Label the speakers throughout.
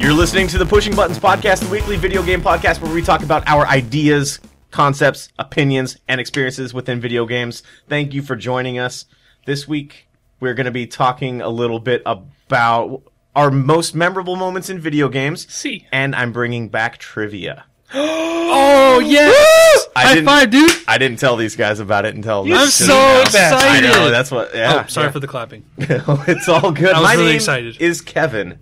Speaker 1: You're listening to the Pushing Buttons Podcast, the weekly video game podcast where we talk about our ideas, concepts, opinions, and experiences within video games. Thank you for joining us. This week, we're going to be talking a little bit about our most memorable moments in video games,
Speaker 2: See.
Speaker 1: and I'm bringing back trivia.
Speaker 3: Oh yes!
Speaker 1: I
Speaker 3: High
Speaker 1: didn't-
Speaker 3: five, dude!
Speaker 1: I didn't tell these guys about it until
Speaker 2: You're
Speaker 3: I'm
Speaker 1: this
Speaker 2: so
Speaker 3: so
Speaker 2: bad.
Speaker 3: excited.
Speaker 1: I know that's what. Yeah,
Speaker 3: Oh, sorry
Speaker 1: yeah.
Speaker 3: for the clapping.
Speaker 1: it's all good.
Speaker 3: was
Speaker 1: My
Speaker 3: really
Speaker 1: name
Speaker 3: excited.
Speaker 1: is Kevin.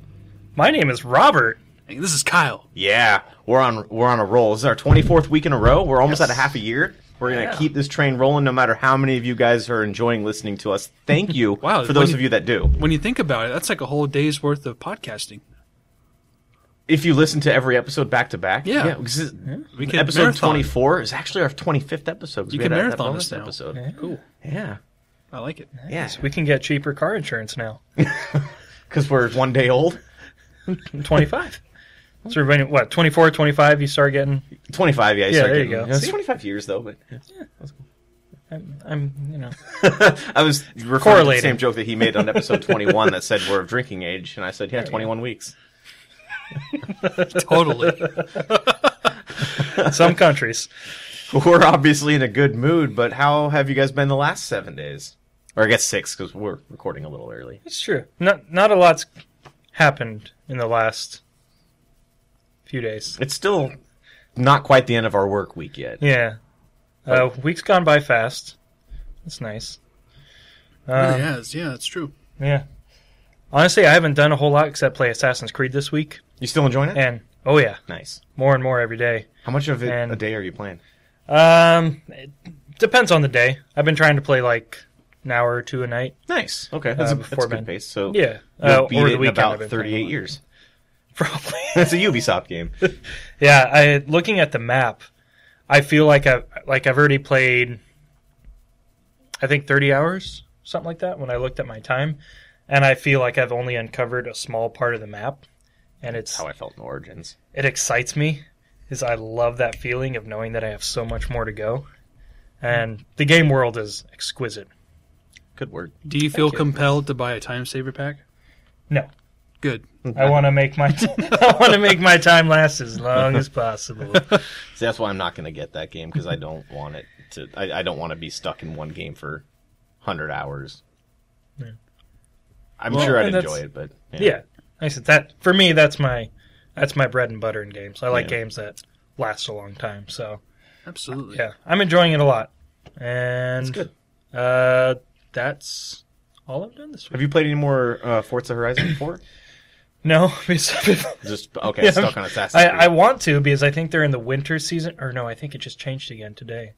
Speaker 2: My name is Robert.
Speaker 3: This is Kyle.
Speaker 1: Yeah, we're on we're on a roll. This is our 24th week in a row. We're almost at a half a year. We're gonna
Speaker 2: Yeah.
Speaker 1: keep this train rolling, no matter how many of you guys are enjoying listening to us. Thank you
Speaker 3: Wow,
Speaker 1: for those
Speaker 3: when-
Speaker 1: of you that do.
Speaker 3: When you think about it, that's like a whole day's worth of podcasting.
Speaker 1: If you listen to every episode back to back,
Speaker 3: Yeah.
Speaker 1: this is-
Speaker 3: We can
Speaker 1: episode
Speaker 3: marathon.
Speaker 1: 24 is actually our 25th episode. 'cause
Speaker 3: You
Speaker 1: we
Speaker 3: can
Speaker 1: had that- that
Speaker 3: marathon
Speaker 1: bonus
Speaker 3: us now.
Speaker 1: episode.
Speaker 3: Cool.
Speaker 1: Yeah,
Speaker 3: I like it.
Speaker 1: yeah,
Speaker 2: We can get cheaper car insurance now.
Speaker 1: because we're one day old.
Speaker 2: I'm 25. so we're running, what, 24, 25, you start getting.
Speaker 1: 25, yeah.
Speaker 2: Yeah,
Speaker 1: start
Speaker 2: there you
Speaker 1: getting-
Speaker 2: go.
Speaker 1: It's
Speaker 2: See?
Speaker 1: 25 years though, but
Speaker 2: I'm, I'm you know.
Speaker 1: I was referring to the
Speaker 2: Correlating.
Speaker 1: same joke that he made on episode 21 that said we're of drinking age, and I said, yeah, 21 weeks.
Speaker 3: Totally.
Speaker 1: Uh,
Speaker 2: Some countries.
Speaker 1: We're obviously in a good mood, but how have you guys been the last seven days? Or I guess six because we're recording a little early.
Speaker 2: It's true. Not, not a lot's happened in the last few days.
Speaker 1: It's still not quite the end of our work week yet.
Speaker 2: Yeah. Uh, week's gone by fast. That's nice. Um,
Speaker 3: has. Oh, Yeah, that's true.
Speaker 2: yeah. Honestly, I haven't done a whole lot except play Assassin's Creed this week.
Speaker 1: You still enjoying it?
Speaker 2: And, oh yeah,
Speaker 1: nice.
Speaker 2: more and more every day.
Speaker 1: How much of it
Speaker 2: And-
Speaker 1: a day are you playing?
Speaker 2: Um, it depends on the day. I've been trying to play like an hour or two a night.
Speaker 1: Nice. Okay, that's, a,
Speaker 2: Uh,
Speaker 1: that's a
Speaker 2: before
Speaker 1: good
Speaker 2: bed.
Speaker 1: pace. So
Speaker 2: Yeah,
Speaker 1: you'll
Speaker 2: uh,
Speaker 1: beat
Speaker 2: over
Speaker 1: it
Speaker 2: the
Speaker 1: in
Speaker 2: weekend. I've
Speaker 1: about
Speaker 2: been playing
Speaker 1: 38
Speaker 2: a lot.
Speaker 1: years.
Speaker 2: probably.
Speaker 1: That's a Ubisoft game.
Speaker 2: yeah, I looking at the map, I feel like I like I've already played. I think thirty hours, something like that. When I looked at my time, and I feel like I've only uncovered a small part of the map, and it's
Speaker 1: How I felt in Origins.
Speaker 2: it excites me is I love that feeling of knowing that I have so much more to go. And the game world is exquisite.
Speaker 1: Good word.
Speaker 3: Do you feel
Speaker 1: you.
Speaker 3: compelled to buy a time saver pack?
Speaker 2: No.
Speaker 3: Good.
Speaker 2: I want to make my I want to make my time last as long as possible.
Speaker 1: See, that's why I'm not going to get that game because I don't want it to. I, I don't want to be stuck in one game for hundred hours.
Speaker 2: Yeah.
Speaker 1: I'm
Speaker 2: Well,
Speaker 1: sure I'd
Speaker 2: and
Speaker 1: enjoy
Speaker 2: that's-
Speaker 1: it, but
Speaker 2: Yeah, I said that for me. That's my that's my bread and butter in games. I like
Speaker 1: Yeah.
Speaker 2: games that last a long time. So
Speaker 3: Absolutely.
Speaker 2: yeah, I'm enjoying it a lot. And
Speaker 1: it's good.
Speaker 2: Uh, that's all I've done this week.
Speaker 1: Have you played any more uh, Forza Horizon 4?
Speaker 2: No, because-
Speaker 1: Just okay,
Speaker 2: Yeah.
Speaker 1: stuck on Assassin's
Speaker 2: I,
Speaker 1: Creed.
Speaker 2: I want to because I think they're in the winter season. Or no, I think it just changed again today.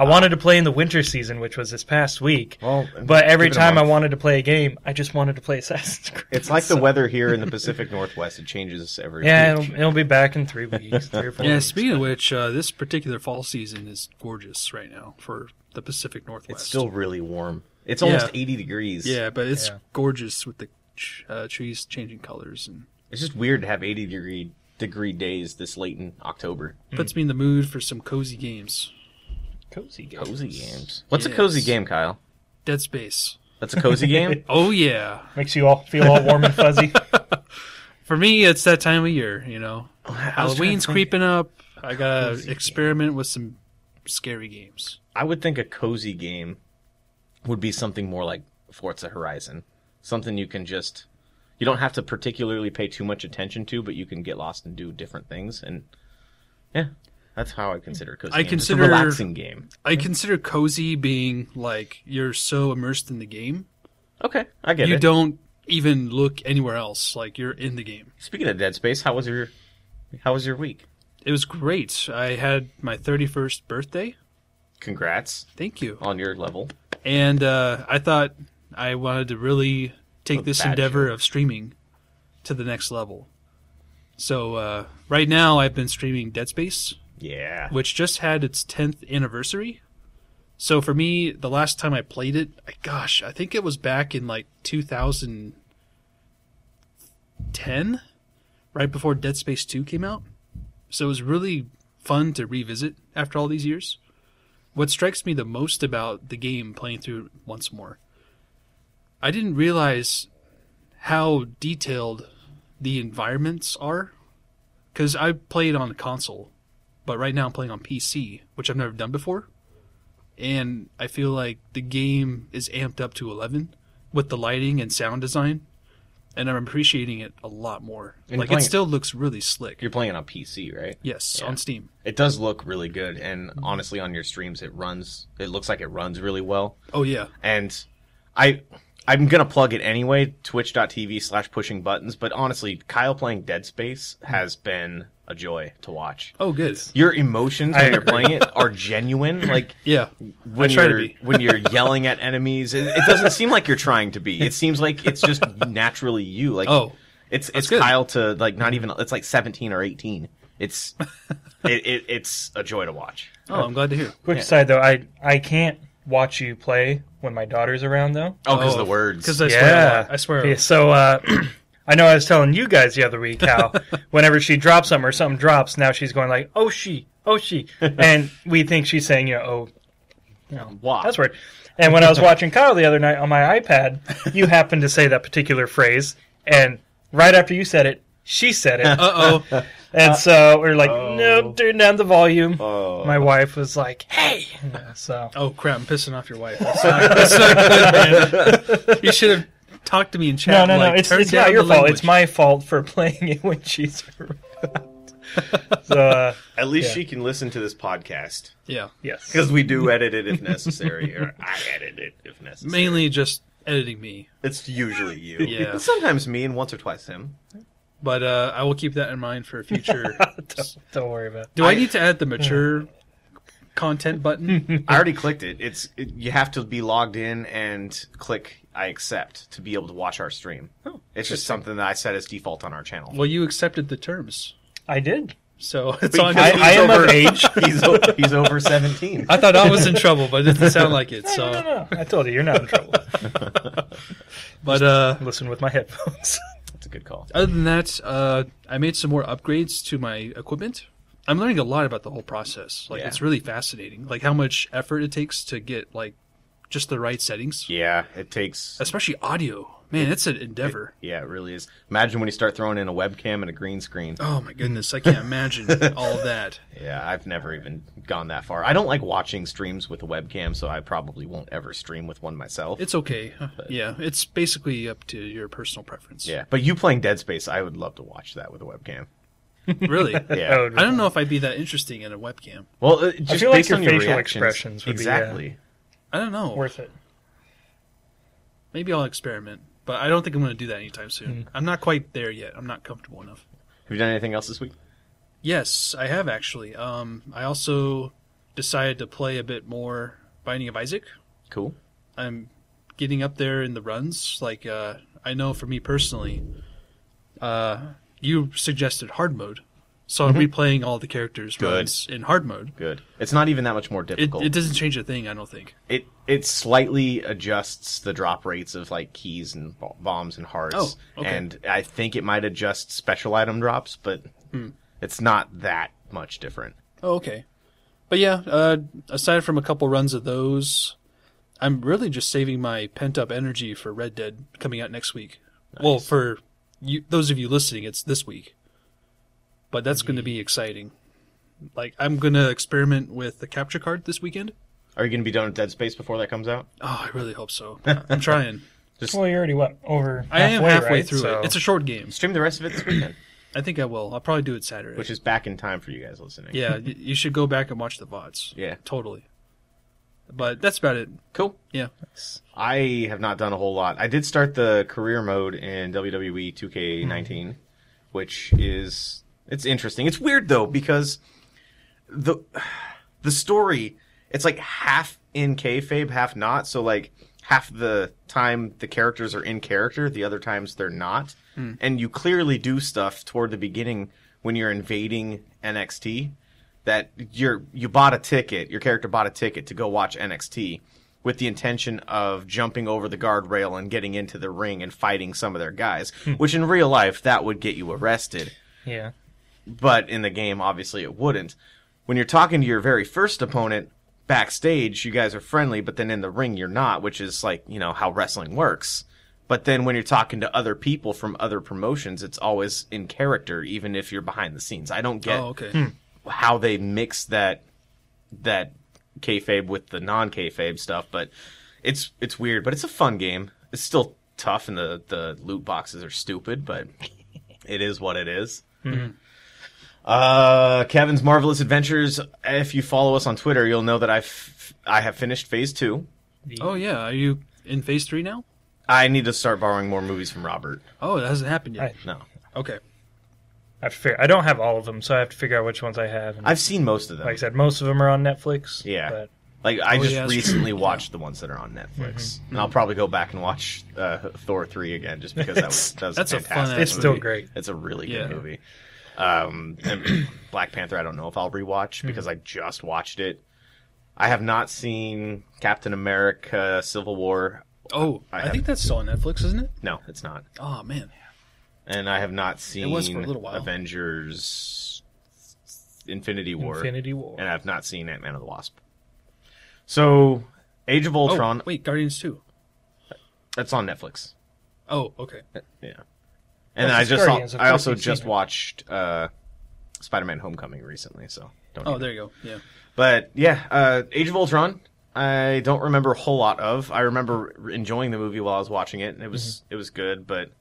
Speaker 2: I wanted to play in the winter season, which was this past week.
Speaker 1: Oh. well,
Speaker 2: But every
Speaker 1: give it a
Speaker 2: time I
Speaker 1: month.
Speaker 2: wanted to play a game, I just wanted to play Assassin's Creed.
Speaker 1: it's like the
Speaker 2: So-
Speaker 1: weather here in the Pacific Northwest. It changes every
Speaker 2: Yeah,
Speaker 1: week.
Speaker 2: it'll, it'll be back in three weeks, three or four.
Speaker 3: Yeah,
Speaker 2: weeks.
Speaker 3: speaking of which, uh, this particular fall season is gorgeous right now for the Pacific Northwest.
Speaker 1: It's still really warm. It's
Speaker 3: Yeah.
Speaker 1: almost 80 degrees.
Speaker 3: Yeah, but it's
Speaker 2: Yeah.
Speaker 3: gorgeous with the ch- uh, trees changing colors and
Speaker 1: it's just weird to have 80 degree degree days this late in October.
Speaker 3: puts me in the mood for some cozy games.
Speaker 2: cozy game.
Speaker 1: Cozy games. What's a
Speaker 3: Yes.
Speaker 1: cozy game, Kyle?
Speaker 3: Dead Space.
Speaker 1: That's a cozy game.
Speaker 3: Oh yeah.
Speaker 2: Makes you all feel all warm and fuzzy.
Speaker 3: For me, it's that time of year, you know.
Speaker 1: I was trying
Speaker 3: Halloween's
Speaker 1: to think-
Speaker 3: creeping up. I gotta
Speaker 1: Cozy
Speaker 3: experiment with some scary games.
Speaker 1: I would think a cozy game would be something more like Forza Horizon, something you can just you don't have to particularly pay too much attention to, but you can get lost and do different things. And yeah, that's how I consider a cozy.
Speaker 3: I
Speaker 1: game. Just
Speaker 3: consider-
Speaker 1: a relaxing game.
Speaker 3: I consider cozy being like you're so immersed in the game,
Speaker 1: Okay, I get
Speaker 3: you
Speaker 1: it.
Speaker 3: don't even look anywhere else. Like you're in the game.
Speaker 1: Speaking of Dead Space, how was your how was your week?
Speaker 3: It was great. I had my 31st birthday.
Speaker 1: Congrats
Speaker 3: Thank you.
Speaker 1: on your level.
Speaker 3: And uh, I thought I wanted to really take
Speaker 1: Oh,
Speaker 3: this
Speaker 1: bad
Speaker 3: endeavor of streaming to the next level. So uh, right now, I've been streaming Dead Space.
Speaker 1: Yeah,
Speaker 3: which just had its 10th anniversary. So for me, the last time I played it, I- gosh, I think it was back in like 2010, right before Dead Space 2 came out. So it was really fun to revisit after all these years. What strikes me the most about the game playing through it once more, I didn't realize how detailed the environments are. Because I played on a console, but right now I'm playing on PC, which I've never done before. And I feel like the game is amped up to 11 with the lighting and sound design. And I'm appreciating it a lot more.
Speaker 1: And
Speaker 3: like,
Speaker 1: playing
Speaker 3: it
Speaker 1: it-
Speaker 3: still looks really slick.
Speaker 1: You're playing on PC, right?
Speaker 3: Yes,
Speaker 1: Yeah.
Speaker 3: on Steam.
Speaker 1: It does look really good, and honestly, on your streams, it runs. It looks like it runs really well.
Speaker 3: Oh, yeah.
Speaker 1: and I I'm gonna plug it anyway, twitch.tv slash pushing buttons, but honestly, Kyle playing Dead Space has been a joy to watch.
Speaker 3: Oh, good.
Speaker 1: Your emotions
Speaker 2: I
Speaker 1: when you're
Speaker 2: agree.
Speaker 1: playing it are genuine. Like
Speaker 3: Yeah.
Speaker 1: when
Speaker 3: try to
Speaker 1: you're
Speaker 3: be.
Speaker 1: when you're yelling at enemies, it, it doesn't seem like you're trying to be. It seems like it's just naturally you. Like
Speaker 3: Oh,
Speaker 1: it's it's
Speaker 3: good.
Speaker 1: Kyle to like not even it's like 17 or 18. It's it, it it's a joy to watch.
Speaker 3: oh, I'm glad to hear.
Speaker 2: Quick side though, I I can't watch you play when my daughter's around though.
Speaker 1: Oh, because
Speaker 3: Oh,
Speaker 1: the words.
Speaker 3: Because I swear, a lot. I swear. a
Speaker 2: Yeah,
Speaker 3: lot.
Speaker 2: so uh, I know I was telling you guys the other week how whenever she drops something or something drops, now she's going like, "Oh she, oh she," and we think she's saying, you know, "Oh, you know,
Speaker 1: Why?
Speaker 2: That's weird. And when I was watching Kyle the other night on my iPad, you happened to say that particular phrase, and right after you said it, she said it,
Speaker 3: Uh oh.
Speaker 2: and so we're like, "Nope, turn down the volume."
Speaker 1: Oh.
Speaker 2: oh. My wife was like, "Hey," so
Speaker 3: Oh crap! I'm pissing off your wife. That's not, that's not good, man. You should have talked to me in
Speaker 2: no,
Speaker 3: chat.
Speaker 2: no,
Speaker 3: like,
Speaker 2: no. It's,
Speaker 3: turn
Speaker 2: it's
Speaker 3: down
Speaker 2: not your
Speaker 3: the
Speaker 2: fault.
Speaker 3: language.
Speaker 2: It's my fault for playing it when she's around. so uh,
Speaker 1: At least
Speaker 2: Yeah.
Speaker 1: she can listen to this podcast.
Speaker 3: Yeah,
Speaker 2: yes,
Speaker 1: because we do edit it if necessary, or I edit it if necessary.
Speaker 3: mainly just editing me.
Speaker 1: It's usually you.
Speaker 3: Yeah.
Speaker 1: But sometimes me, and once or twice him.
Speaker 3: But uh, I will keep that in mind for future.
Speaker 2: don't, don't worry about. it.
Speaker 3: Do I,
Speaker 1: I-
Speaker 3: need to add the mature content button?
Speaker 1: I already clicked it. It's it, you have to be logged in and click I accept to be able to watch our stream.
Speaker 3: Oh,
Speaker 1: it's just something that I set as default on our channel.
Speaker 3: well, you accepted the terms,
Speaker 2: I did.
Speaker 3: so it's
Speaker 1: Wait,
Speaker 3: on.
Speaker 2: I,
Speaker 1: He's
Speaker 2: I am
Speaker 1: over-
Speaker 2: of age.
Speaker 1: he's o- he's over seventeen.
Speaker 3: I thought I was in trouble, but it doesn't sound like it.
Speaker 2: No, no,
Speaker 3: So,
Speaker 2: no, no. I told you, you're not in trouble.
Speaker 3: but uh,
Speaker 2: Listen with my headphones.
Speaker 1: That's a good call.
Speaker 3: other than that, uh, I made some more upgrades to my equipment. I'm learning a lot about the whole process. Like
Speaker 1: Yeah.
Speaker 3: it's really fascinating. Like how much effort it takes to get like just the right settings,
Speaker 1: Yeah, it takes.
Speaker 3: especially audio. Man, it's an endeavor.
Speaker 1: Yeah, it really is. Imagine when you start throwing in a webcam and a green screen.
Speaker 3: oh my goodness, I can't imagine all of that.
Speaker 1: Yeah, I've never even gone that far. I don't like watching streams with a webcam, so I probably won't ever stream with one myself.
Speaker 3: It's okay. Yeah, it's basically up to your personal preference.
Speaker 1: Yeah, but you playing Dead Space, I would love to watch that with a webcam.
Speaker 3: Really.
Speaker 1: Yeah.
Speaker 2: That would be
Speaker 3: I don't know if I'd be that interesting in a webcam.
Speaker 1: Well, uh, just
Speaker 2: Oh, feel like
Speaker 1: based
Speaker 2: some
Speaker 1: on your
Speaker 2: facial
Speaker 1: reactions-
Speaker 2: expressions would be, yeah.
Speaker 1: exactly.
Speaker 3: I don't know.
Speaker 2: worth it.
Speaker 3: Maybe I'll experiment, but I don't think I'm going to do that anytime soon.
Speaker 1: Hmm.
Speaker 3: I'm not quite there yet. I'm not comfortable enough.
Speaker 1: Have you done anything else this week?
Speaker 3: Yes, I have actually. Um, I also decided to play a bit more Binding of Isaac.
Speaker 1: Cool.
Speaker 3: I'm getting up there in the runs. Like uh, I know for me personally, uh, you suggested hard mode, so I'm replaying all the characters'
Speaker 1: Good.
Speaker 3: runs in hard mode.
Speaker 1: Good. It's not even that much more
Speaker 3: It,
Speaker 1: difficult.
Speaker 3: it doesn't change a thing, I don't think.
Speaker 1: it it slightly adjusts the drop rates of like keys and bo- bombs and hearts,
Speaker 3: Oh, okay.
Speaker 1: and I think it might adjust special item drops, but
Speaker 2: Hmm.
Speaker 1: it's not that much different.
Speaker 3: Oh, okay. But yeah, uh, aside from a couple runs of those, I'm really just saving my pent up energy for Red Dead coming out next week. Well, for you, those of you listening, it's this week. But that's going to be exciting. Like, I'm going to experiment with the capture card this weekend.
Speaker 1: Are you going to be done with Dead Space before that comes out?
Speaker 3: Oh, I really hope so. I'm trying.
Speaker 2: Well, you already went over.
Speaker 3: I am halfway
Speaker 2: right?
Speaker 3: through
Speaker 2: So-
Speaker 3: it. It's a short game.
Speaker 1: Stream the rest of it this weekend,
Speaker 3: I think I will. I'll probably do it Saturday.
Speaker 1: which is back in time for you guys listening.
Speaker 3: yeah, y- you should go back and watch the VODs.
Speaker 1: Yeah.
Speaker 3: Totally. But that's about it.
Speaker 1: Cool.
Speaker 3: Yeah.
Speaker 1: I have not done a whole lot. I did start the career mode in E WWE 2K19, which is it's interesting. It's weird though because the the story it's like half in kayfabe, half not. So like half the time the characters are in character, the other times they're not. And you clearly do stuff toward the beginning when you're invading NXT that you're you bought a ticket, your character bought a ticket to go watch NXT with the intention of jumping over the guardrail and getting into the ring and fighting some of their guys, which in real life that would get you arrested
Speaker 2: yeah.
Speaker 1: but in the game, obviously, it wouldn't. When you're talking to your very first opponent backstage, you guys are friendly, but then in the ring, you're not, which is like, you know, how wrestling works. But then when you're talking to other people from other promotions, it's always in character, even if you're behind the scenes. I don't get
Speaker 3: Oh, okay.
Speaker 1: how they mix that that kayfabe with the non kayfabe stuff, but it's it's weird, but it's a fun game. It's still tough, and the the loot boxes are stupid, but it is what it is. Uh, Kevin's marvelous adventures. If you follow us on Twitter, you'll know that I've I have finished phase two.
Speaker 3: Oh yeah, are you in phase three now?
Speaker 1: I need to start borrowing more movies from Robert.
Speaker 3: Oh, that hasn't happened yet.
Speaker 2: Right.
Speaker 1: No,
Speaker 3: Okay.
Speaker 2: I have to figure. I don't have all of them, so I have to figure out which ones I have. And
Speaker 1: I've seen most of them.
Speaker 2: like I said, most of them are on Netflix.
Speaker 1: Yeah.
Speaker 2: but
Speaker 1: Like I
Speaker 3: Oh, Mm-hmm.
Speaker 1: just
Speaker 3: yeah, that's
Speaker 1: recently
Speaker 3: true.
Speaker 1: watched the ones that are on Netflix, and I'll probably go back and watch uh, Thor three again just because that was that was
Speaker 3: That's a fun
Speaker 1: fantastic.
Speaker 3: ass
Speaker 2: it's still
Speaker 1: movie.
Speaker 2: great.
Speaker 1: It's a really good
Speaker 3: Yeah.
Speaker 1: movie. Um, and Black Panther. I don't know if I'll
Speaker 3: Hmm.
Speaker 1: rewatch because I just watched it. I have not seen Captain America: Civil War.
Speaker 3: Oh,
Speaker 1: I
Speaker 3: I,
Speaker 1: haven't.
Speaker 3: think that's still on Netflix, isn't it?
Speaker 1: No, it's not.
Speaker 3: Oh man.
Speaker 1: And I have not seen
Speaker 3: was for a little while.
Speaker 1: Avengers: Infinity War.
Speaker 2: Infinity War.
Speaker 1: And I've not seen Ant Man of the Wasp. So, Age of
Speaker 3: Oh,
Speaker 1: Ultron.
Speaker 3: wait, Guardians two.
Speaker 1: That's on Netflix.
Speaker 3: Oh, okay.
Speaker 1: Yeah. And
Speaker 2: That's
Speaker 1: I
Speaker 2: just
Speaker 1: just
Speaker 2: Guardians, of
Speaker 1: I
Speaker 2: course
Speaker 1: also
Speaker 2: you've seen
Speaker 1: just
Speaker 2: it.
Speaker 1: watched uh, Spider-Man: Homecoming recently, so don't.
Speaker 3: Oh,
Speaker 1: need
Speaker 3: there
Speaker 1: it.
Speaker 3: you go. Yeah.
Speaker 1: But yeah, uh, Age of Ultron. I don't remember a whole lot of. I remember enjoying the movie while I was watching it, and it was it was good. But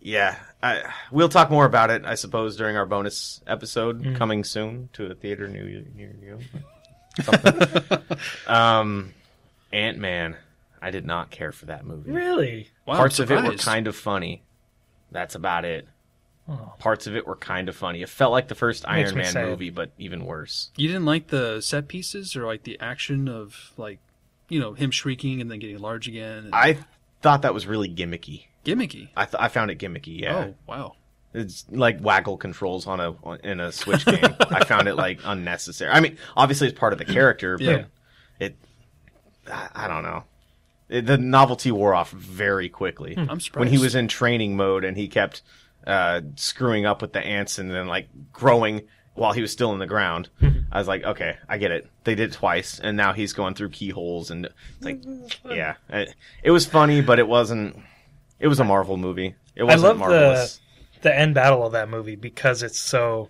Speaker 1: yeah, I, we'll talk more about it, I suppose, during our bonus episode coming soon to a theater near near you. Something. um, Ant Man. I did not care for that movie.
Speaker 2: Really?
Speaker 3: Wow, I'm
Speaker 1: Parts of it were
Speaker 3: surprised.
Speaker 1: kind of funny. That's about it.
Speaker 2: Oh.
Speaker 1: Parts of it were kind of funny. It felt like the first
Speaker 2: Makes
Speaker 1: Iron
Speaker 2: me
Speaker 1: Man
Speaker 2: sad.
Speaker 1: movie, but even worse.
Speaker 3: You didn't like the set pieces or like the action of like, you know, him shrieking and then getting large again. and
Speaker 1: I thought that was really gimmicky.
Speaker 3: gimmicky.
Speaker 1: I, th- I found it gimmicky. Yeah,
Speaker 3: Oh wow.
Speaker 1: it's like waggle controls on a on, in a Switch game. I found it like unnecessary. I mean, obviously it's part of the character, but
Speaker 3: Yeah.
Speaker 1: it. I, I don't know. It, the novelty wore off very quickly.
Speaker 2: Hmm.
Speaker 3: I'm surprised.
Speaker 1: when he was in training mode and he kept uh, screwing up with the ants and then like growing while he was still in the ground.
Speaker 2: Mm-hmm.
Speaker 1: I was like, okay, I get it. They did it twice, and now he's going through keyholes and it's like, yeah, it, it was funny, but it wasn't. It was a Marvel movie. It wasn't
Speaker 2: love the-
Speaker 1: marvelous.
Speaker 2: The end battle of that movie because it's so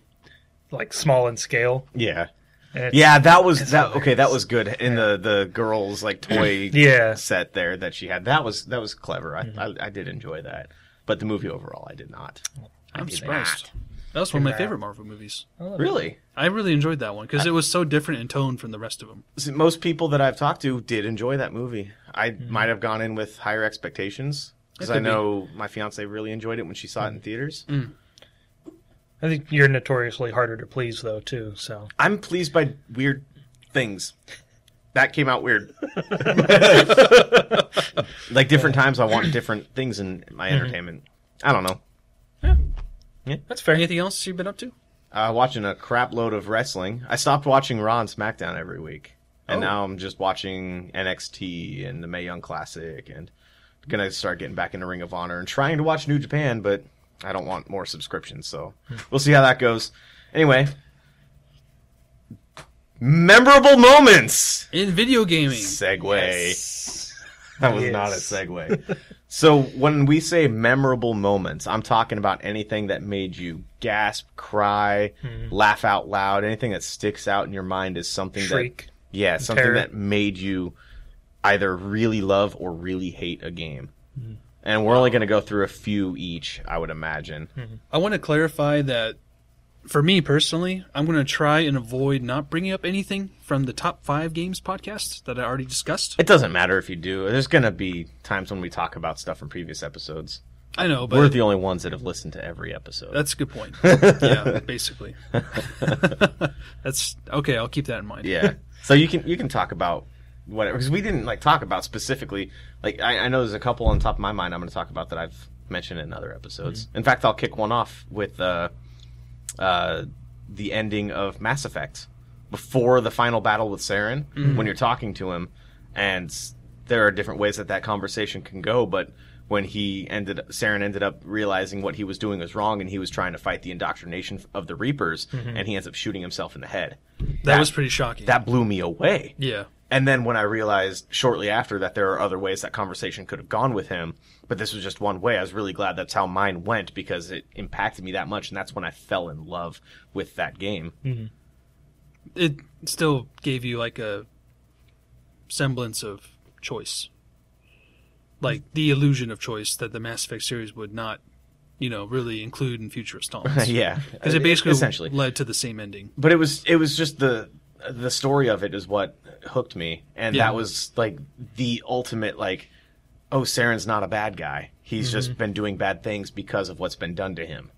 Speaker 2: like small in scale.
Speaker 1: Yeah,
Speaker 2: And it's,
Speaker 1: yeah, that was
Speaker 2: it's
Speaker 1: that. Okay, that
Speaker 2: hilarious.
Speaker 1: was good in the the girls like toy
Speaker 2: Yeah. Mm-hmm.
Speaker 1: set there that she had. That was that was clever. I I, I did enjoy that, but the movie overall, I did not. I
Speaker 3: I'm
Speaker 1: did
Speaker 3: surprised.
Speaker 1: not.
Speaker 3: That was one of my
Speaker 2: Wow.
Speaker 3: favorite Marvel movies.
Speaker 2: Oh,
Speaker 1: Really.
Speaker 3: I really enjoyed that one because it was so different in tone from the rest of them.
Speaker 1: See, most people that I've talked to did enjoy that movie. I might have gone in with higher expectations because
Speaker 3: Mm-hmm.
Speaker 1: I
Speaker 3: It could be.
Speaker 1: know
Speaker 3: Mm.
Speaker 1: my fiance really enjoyed it when she saw it in theaters.
Speaker 2: I think you're notoriously harder to please though too. So
Speaker 1: I'm pleased by weird things. That came out weird. like different times, I want different things in
Speaker 3: Mm-hmm.
Speaker 1: my entertainment. I don't know.
Speaker 2: that's fair.
Speaker 3: Anything else you've been up to?
Speaker 1: Uh, watching a crap load of wrestling. I stopped watching Raw and SmackDown every week, and
Speaker 3: Oh.
Speaker 1: now I'm just watching NXT and the Mae Young Classic, and gonna start getting back into Ring of Honor and trying to watch New Japan, but I don't want more subscriptions, so we'll see how that goes. Anyway, memorable moments.
Speaker 3: In video gaming.
Speaker 1: Segway.
Speaker 2: Yes.
Speaker 1: That was
Speaker 2: Yes.
Speaker 1: not a segue. so when we say memorable moments, I'm talking about anything that made you gasp, cry,
Speaker 2: Hmm.
Speaker 1: laugh out loud, anything that sticks out in your mind is something
Speaker 2: Shriek.
Speaker 1: that yeah, something
Speaker 2: Terror.
Speaker 1: that made you either really love or really hate a game.
Speaker 2: Hmm.
Speaker 1: And we're only going to go through a few each, I would imagine.
Speaker 2: Hmm.
Speaker 3: I want to clarify that for me personally, I'm going to try and avoid not bringing up anything from the top five games podcast that I already discussed.
Speaker 1: It doesn't matter if you do. There's going to be times when we talk about stuff from previous episodes.
Speaker 3: I know, but
Speaker 1: we're the only ones that have listened to every episode.
Speaker 3: that's a good point. yeah, basically. that's okay. I'll keep that in mind.
Speaker 1: Yeah. so you can you can talk about whatever because we didn't like talk about specifically. Like I, I know there's a couple on top of my mind I'm going to talk about that I've mentioned in other episodes. In fact, I'll kick one off with uh, uh, the ending of Mass Effect before the final battle with Saren when you're talking to him, and s- there are different ways that that conversation can go, but. When he ended, Saren ended up realizing what he was doing was wrong, and he was trying to fight the indoctrination of the Reapers, and he ends up shooting himself in the head
Speaker 3: that was pretty shocking.
Speaker 1: that blew me away.
Speaker 3: yeah,
Speaker 1: And then when I realized shortly after that there are other ways that conversation could have gone with him, but this was just one way, I was really glad that's how mine went because it impacted me that much. And that's when I fell in love with that game.
Speaker 3: It still gave you like a semblance of choice, like the illusion of choice that the Mass Effect series would not, you know, really include in future installments.
Speaker 1: yeah.
Speaker 3: because it basically
Speaker 1: essentially.
Speaker 3: led to the same ending.
Speaker 1: but it was it was just the the story of it is what hooked me and
Speaker 3: Yeah.
Speaker 1: that was like the ultimate like oh Saren's not a bad guy he's just been doing bad things because of what's been done to him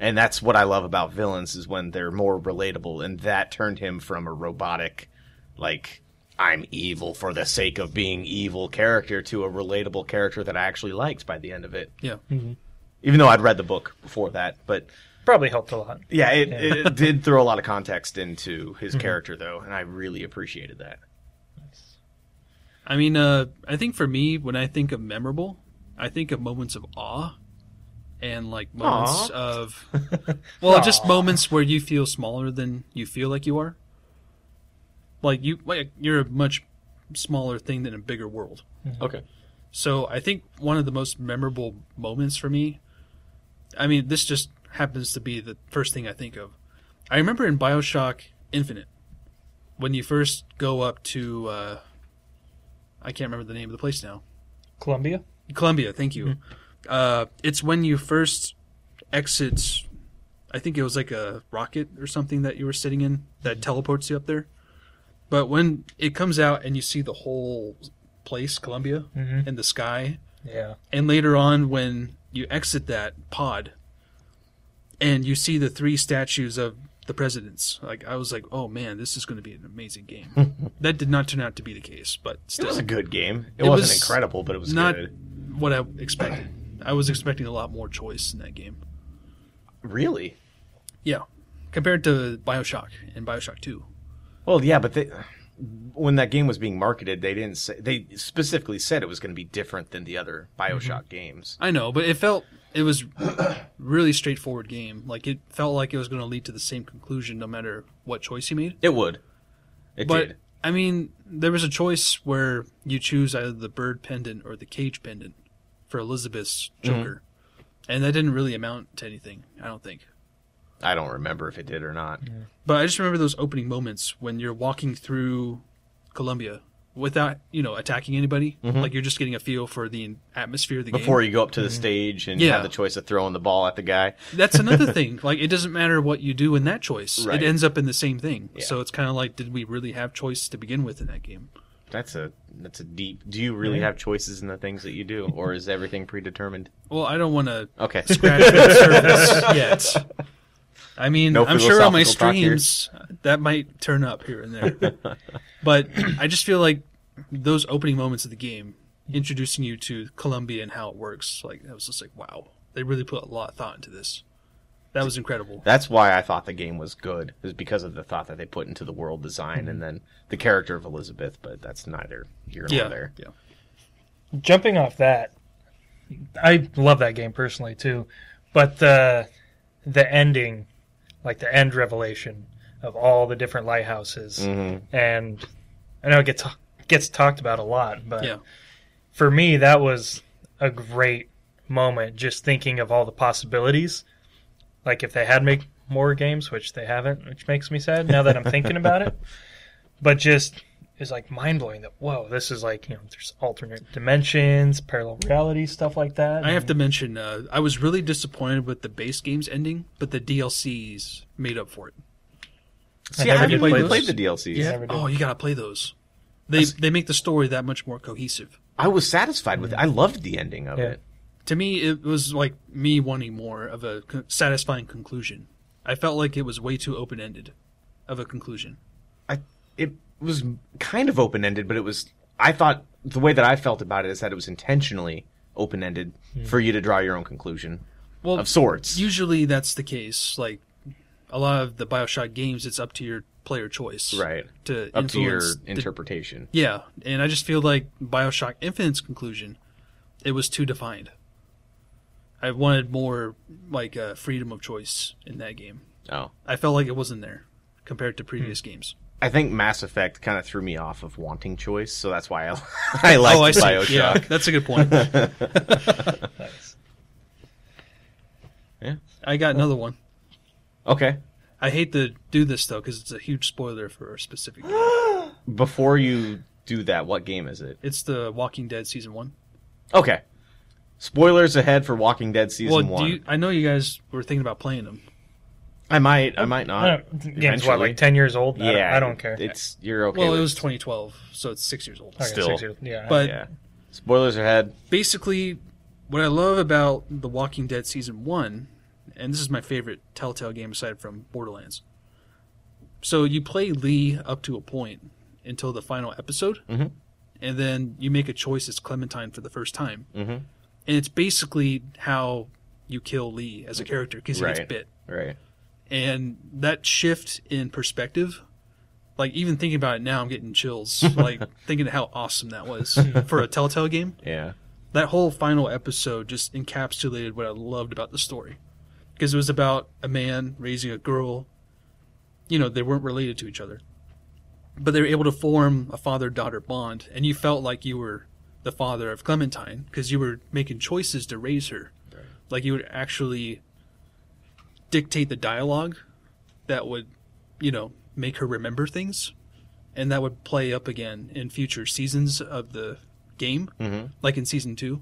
Speaker 1: and that's what I love about villains is when they're more relatable and that turned him from a robotic like I'm evil for the sake of being evil character to a relatable character that I actually liked by the end of it
Speaker 3: Yeah,
Speaker 1: even though I'd read the book before that but
Speaker 2: Probably helped a lot.
Speaker 1: yeah, it, it did throw a lot of context into his
Speaker 3: Mm-hmm.
Speaker 1: character, though, and I really appreciated that.
Speaker 3: I mean, uh, I think for me, when I think of memorable, I think of moments of awe, and like moments
Speaker 1: Aw.
Speaker 3: of, well, just moments where you feel smaller than you feel like you are. Like you, like you're a much smaller thing than a bigger world.
Speaker 1: Okay.
Speaker 3: So I think one of the most memorable moments for me, I mean, this just happens to be the first thing I think of. I remember in Bioshock Infinite, when you first go up to, uh, I can't remember the name of the place now.
Speaker 2: Columbia.
Speaker 3: Columbia, thank you. Uh, it's when you first exit, I think it was like a rocket or something that you were sitting in that teleports you up there. But when it comes out and you see the whole place, Columbia,
Speaker 2: Mhm.
Speaker 3: and the sky,
Speaker 2: Yeah.
Speaker 3: and later on, when you exit that pod and you see the three statues of the presidents, like I was like, oh man, this is going to be an amazing game. that did not turn out to be the case, but
Speaker 1: It
Speaker 3: still,
Speaker 1: was a good game. It,
Speaker 3: It
Speaker 1: wasn't
Speaker 3: was
Speaker 1: incredible, but it was
Speaker 3: not
Speaker 1: good.
Speaker 3: what I expected. I was expecting a lot more choice in that game.
Speaker 1: Really?
Speaker 3: Yeah, compared to Bioshock and Bioshock Two.
Speaker 1: Well, yeah, but they, when that game was being marketed, they didn't say they specifically said it was going to be different than the other
Speaker 3: Mm-hmm.
Speaker 1: BioShock games.
Speaker 3: I know, but it felt it was really straightforward game. Like it felt like it was going to lead to the same conclusion, no matter what choice you made.
Speaker 1: It would. It
Speaker 3: But
Speaker 1: did.
Speaker 3: I mean, there was a choice where you choose either the bird pendant or the cage pendant for Elizabeth's Joker, and that didn't really amount to anything. I don't think.
Speaker 1: I don't remember if it did or not.
Speaker 3: But I just remember those opening moments when you're walking through Colombia without you know attacking anybody. Like you're just getting a feel for the atmosphere of the game.
Speaker 1: Mm-hmm. Before you go up to the stage and
Speaker 3: Yeah.
Speaker 1: have the choice of throwing the ball at the guy.
Speaker 3: That's another thing. Like it doesn't matter what you do in that choice;
Speaker 1: Right.
Speaker 3: it ends up in the same thing.
Speaker 1: Yeah.
Speaker 3: So it's kind of like, did we really have choice to begin with in that game?
Speaker 1: That's a that's a deep. Do you really have choices in the things that you do, or is everything predetermined?
Speaker 3: Well, I don't want to
Speaker 1: Okay.
Speaker 3: scratch that surface yet. I mean,
Speaker 1: No
Speaker 3: I'm sure on my
Speaker 1: philosophical talk here.
Speaker 3: streams uh, that might turn up here and there, but I just feel like those opening moments of the game, introducing you to Colombia and how it works, like I was just like, wow, they really put a lot of thought into this. That was incredible.
Speaker 1: That's why I thought the game was good, is because of the thought that they put into the world design and then the character of Elizabeth. But that's neither here nor
Speaker 3: Yeah,
Speaker 1: there.
Speaker 3: yeah.
Speaker 2: Jumping off that, I love that game personally too, but the the ending, like the end revelation of all the different lighthouses, and I know it gets gets talked about a lot, but
Speaker 3: Yeah,
Speaker 2: for me that was a great moment just thinking of all the possibilities like if they had make more games which they haven't which makes me sad now that i'm thinking about it but just it's like mind-blowing that whoa this is like you know there's alternate dimensions parallel reality stuff like that
Speaker 3: I have to mention, uh, I was really disappointed with the base game's ending, but the DLCs made up for it.
Speaker 1: See,
Speaker 2: I
Speaker 1: I,
Speaker 2: never
Speaker 1: haven't
Speaker 2: did
Speaker 1: played,
Speaker 2: play
Speaker 1: played the
Speaker 3: those.
Speaker 1: DLCs.
Speaker 2: Yeah. never did.
Speaker 3: Oh, you gotta play those. They they make the story that much more cohesive.
Speaker 1: I was satisfied with it. I loved the ending of
Speaker 2: Yeah.
Speaker 1: it.
Speaker 3: to me it was like me wanting more of a co- satisfying conclusion i felt like it was way too open-ended of a conclusion
Speaker 1: I it was kind of open ended, but it was I thought the way that I felt about it is that it was intentionally open ended for you to draw your own conclusion
Speaker 3: well
Speaker 1: of sorts.
Speaker 3: usually that's the case like a lot of the bioshock games it's up to your player choice
Speaker 1: right.
Speaker 3: to
Speaker 1: Up to your
Speaker 3: influence the-
Speaker 1: interpretation.
Speaker 3: yeah and i just feel like bioshock infinite's conclusion it was too defined i wanted more like uh, freedom of choice in that game
Speaker 1: Oh. Hmm.
Speaker 3: i felt like it wasn't there compared to previous games
Speaker 1: I think Mass Effect kind of threw me off of wanting choice, so that's why I I like
Speaker 3: oh, I see. Yeah,
Speaker 1: Bioshock.
Speaker 3: that's a good point.
Speaker 2: Nice.
Speaker 3: I got another one.
Speaker 1: Okay.
Speaker 3: I hate to do this though because it's a huge spoiler for a specific. Game.
Speaker 1: Before you do that, what game is it?
Speaker 3: It's the Walking Dead season one.
Speaker 1: Okay. Spoilers ahead for Walking Dead season
Speaker 3: well,
Speaker 1: one.
Speaker 3: do you, I know you guys were thinking about playing them.
Speaker 1: I might. I might
Speaker 2: I
Speaker 1: not.
Speaker 2: don't- game's what
Speaker 1: eventually.
Speaker 2: like ten years old. I don't-
Speaker 1: yeah,
Speaker 2: I don't care.
Speaker 1: It's you're okay.
Speaker 3: well,
Speaker 1: with
Speaker 3: it was 2012, so it's six years old.
Speaker 2: Okay,
Speaker 1: still.
Speaker 2: six years- yeah,
Speaker 3: But
Speaker 1: Yeah. Spoilers ahead.
Speaker 3: basically, what I love about The Walking Dead season one, and this is my favorite Telltale game aside from Borderlands. So you play Lee up to a point until the final episode,
Speaker 1: Mhm.
Speaker 3: and then you make a choice as Clementine for the first time,
Speaker 1: Mhm.
Speaker 3: and it's basically how you kill Lee as a character because he
Speaker 1: Right.
Speaker 3: gets bit.
Speaker 1: Right.
Speaker 3: and that shift in perspective like even thinking about it now i'm getting chills like thinking how awesome that was for a telltale game
Speaker 1: Yeah.
Speaker 3: that whole final episode just encapsulated what i loved about the story because it was about a man raising a girl you know they weren't related to each other but they were able to form a father-daughter bond and you felt like you were the father of clementine because you were making choices to raise her like you would actually dictate the dialogue that would, you know, make her remember things, and that would play up again in future seasons of the game,
Speaker 1: Mhm.
Speaker 3: like in season two.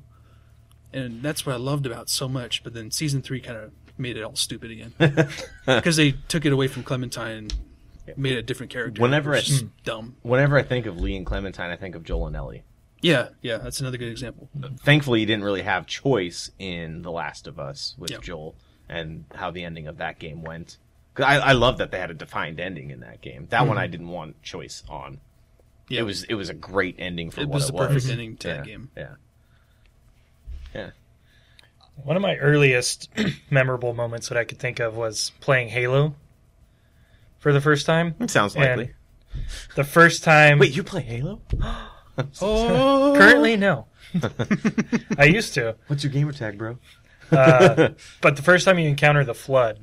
Speaker 3: And that's what I loved about it so much. But then season three kind of made it all stupid again because they took it away from Clementine, and made it a different character.
Speaker 1: Whenever
Speaker 3: which
Speaker 1: I-
Speaker 3: is dumb.
Speaker 1: Whenever I think of Lee and Clementine, I think of Joel and Ellie.
Speaker 3: Yeah, yeah, that's another good example.
Speaker 1: Thankfully, you didn't really have choice in The Last of Us with
Speaker 3: Yeah.
Speaker 1: Joel and how the ending of that game went. 'Cause I, I love that they had a defined ending in that game. That one I didn't want choice on.
Speaker 3: Yeah.
Speaker 1: It was it was a great ending for
Speaker 3: It
Speaker 1: what it
Speaker 3: was the
Speaker 1: was.
Speaker 3: perfect ending to that
Speaker 1: Yeah,
Speaker 3: game.
Speaker 1: Yeah. Yeah.
Speaker 2: One of my earliest memorable moments that I could think of was playing Halo for the first time.
Speaker 1: It sounds
Speaker 2: And
Speaker 1: likely.
Speaker 2: the first time.
Speaker 1: Wait, you play Halo?
Speaker 3: Oh,
Speaker 2: currently, no. I used to.
Speaker 1: What's your gamer tag, bro?
Speaker 2: Uh, but the first time you encounter the flood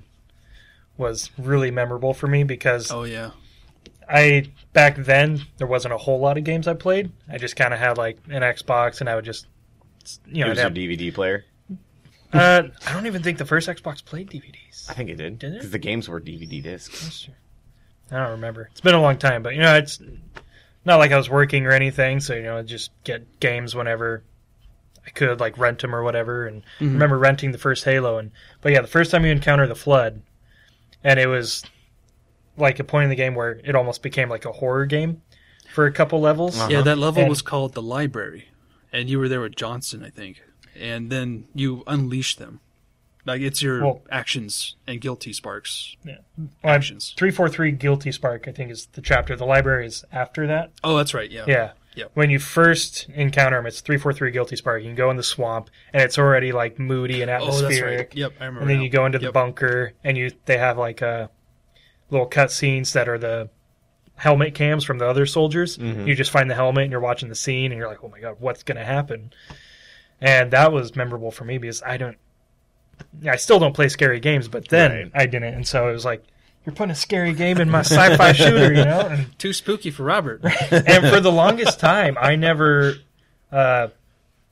Speaker 2: was really memorable for me because
Speaker 3: Oh yeah,
Speaker 2: I back then there wasn't a whole lot of games I played. I just kind of had like an Xbox, and I would just you
Speaker 1: It
Speaker 2: know.
Speaker 1: was
Speaker 2: I'd
Speaker 1: your
Speaker 2: have-
Speaker 1: DVD player.
Speaker 2: uh, I don't even think the first Xbox played DVDs.
Speaker 1: I think it did.
Speaker 2: Did it?
Speaker 1: Because the games were DVD discs.
Speaker 2: I don't remember. It's been a long time, but you know, it's not like I was working or anything, so you know, I just get games whenever I could, like rent them or whatever. And I remember renting the first Halo, and but yeah, the first time you encounter the Flood, and it was like a point in the game where it almost became like a horror game for a couple levels.
Speaker 1: Uh-huh.
Speaker 3: Yeah, that level
Speaker 2: And-
Speaker 3: was called the library, and you were there with Johnson, I think. And then you unleash them, like it's your
Speaker 2: Well-
Speaker 3: actions and guilty sparks.
Speaker 2: Well, I'm-
Speaker 3: actions.
Speaker 2: 343 Guilty Spark, I think, is the chapter. The library is after that.
Speaker 3: Oh, that's right. Yeah.
Speaker 2: Yeah.
Speaker 3: Yep.
Speaker 2: When you first encounter him, it's three four three guilty spark. You can go in the swamp, and it's already like moody and
Speaker 3: Oh,
Speaker 2: atmospheric.
Speaker 3: that's right. Yep, I remember.
Speaker 2: And then
Speaker 3: now.
Speaker 2: you go into the
Speaker 3: Yep.
Speaker 2: bunker, and you they have like uh, little cutscenes that are the helmet cams from the other soldiers. You just find the helmet, and you're watching the scene, and you're like, oh my god, what's gonna happen? And that was memorable for me because I don't, I still don't play scary games, but then
Speaker 1: Right.
Speaker 2: I didn't, and so it was like. You're putting a scary game in my sci-fi shooter, you know, and
Speaker 3: Too spooky for Robert.
Speaker 2: and for the longest time, I never uh,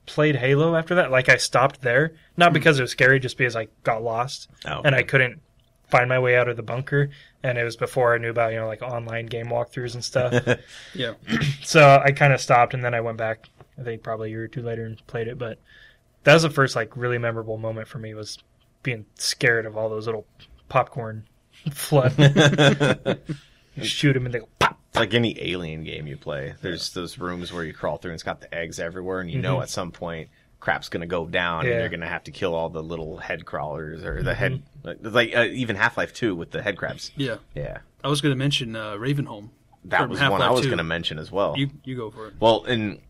Speaker 2: played Halo after that. Like I stopped there, not because it was scary, just because I got lost
Speaker 1: Oh.
Speaker 2: and I couldn't find my way out of the bunker. And it was before I knew about you know like online game walkthroughs and stuff.
Speaker 3: yeah.
Speaker 2: so I kind of stopped, and then I went back. I think probably a year or two later and played it. But that was the first like really memorable moment for me was being scared of all those little popcorn flood. You shoot them and they go pop.
Speaker 1: It's like any alien game you play. There's those rooms where you crawl through and it's got the eggs everywhere, and you
Speaker 3: Mm-hmm.
Speaker 1: know at some point crap's gonna go down,
Speaker 2: Yeah.
Speaker 1: and you're gonna have to kill all the little head crawlers or the head, like, like uh, even Half Life Two with the head crabs.
Speaker 3: Mm-hmm. Yeah.
Speaker 1: Yeah,
Speaker 3: I was going to mention uh, Ravenholm.
Speaker 1: that
Speaker 3: from
Speaker 1: was one
Speaker 3: Half-Life
Speaker 1: I was
Speaker 3: 2.
Speaker 1: gonna mention as well.
Speaker 3: You you go for it.
Speaker 1: Well, in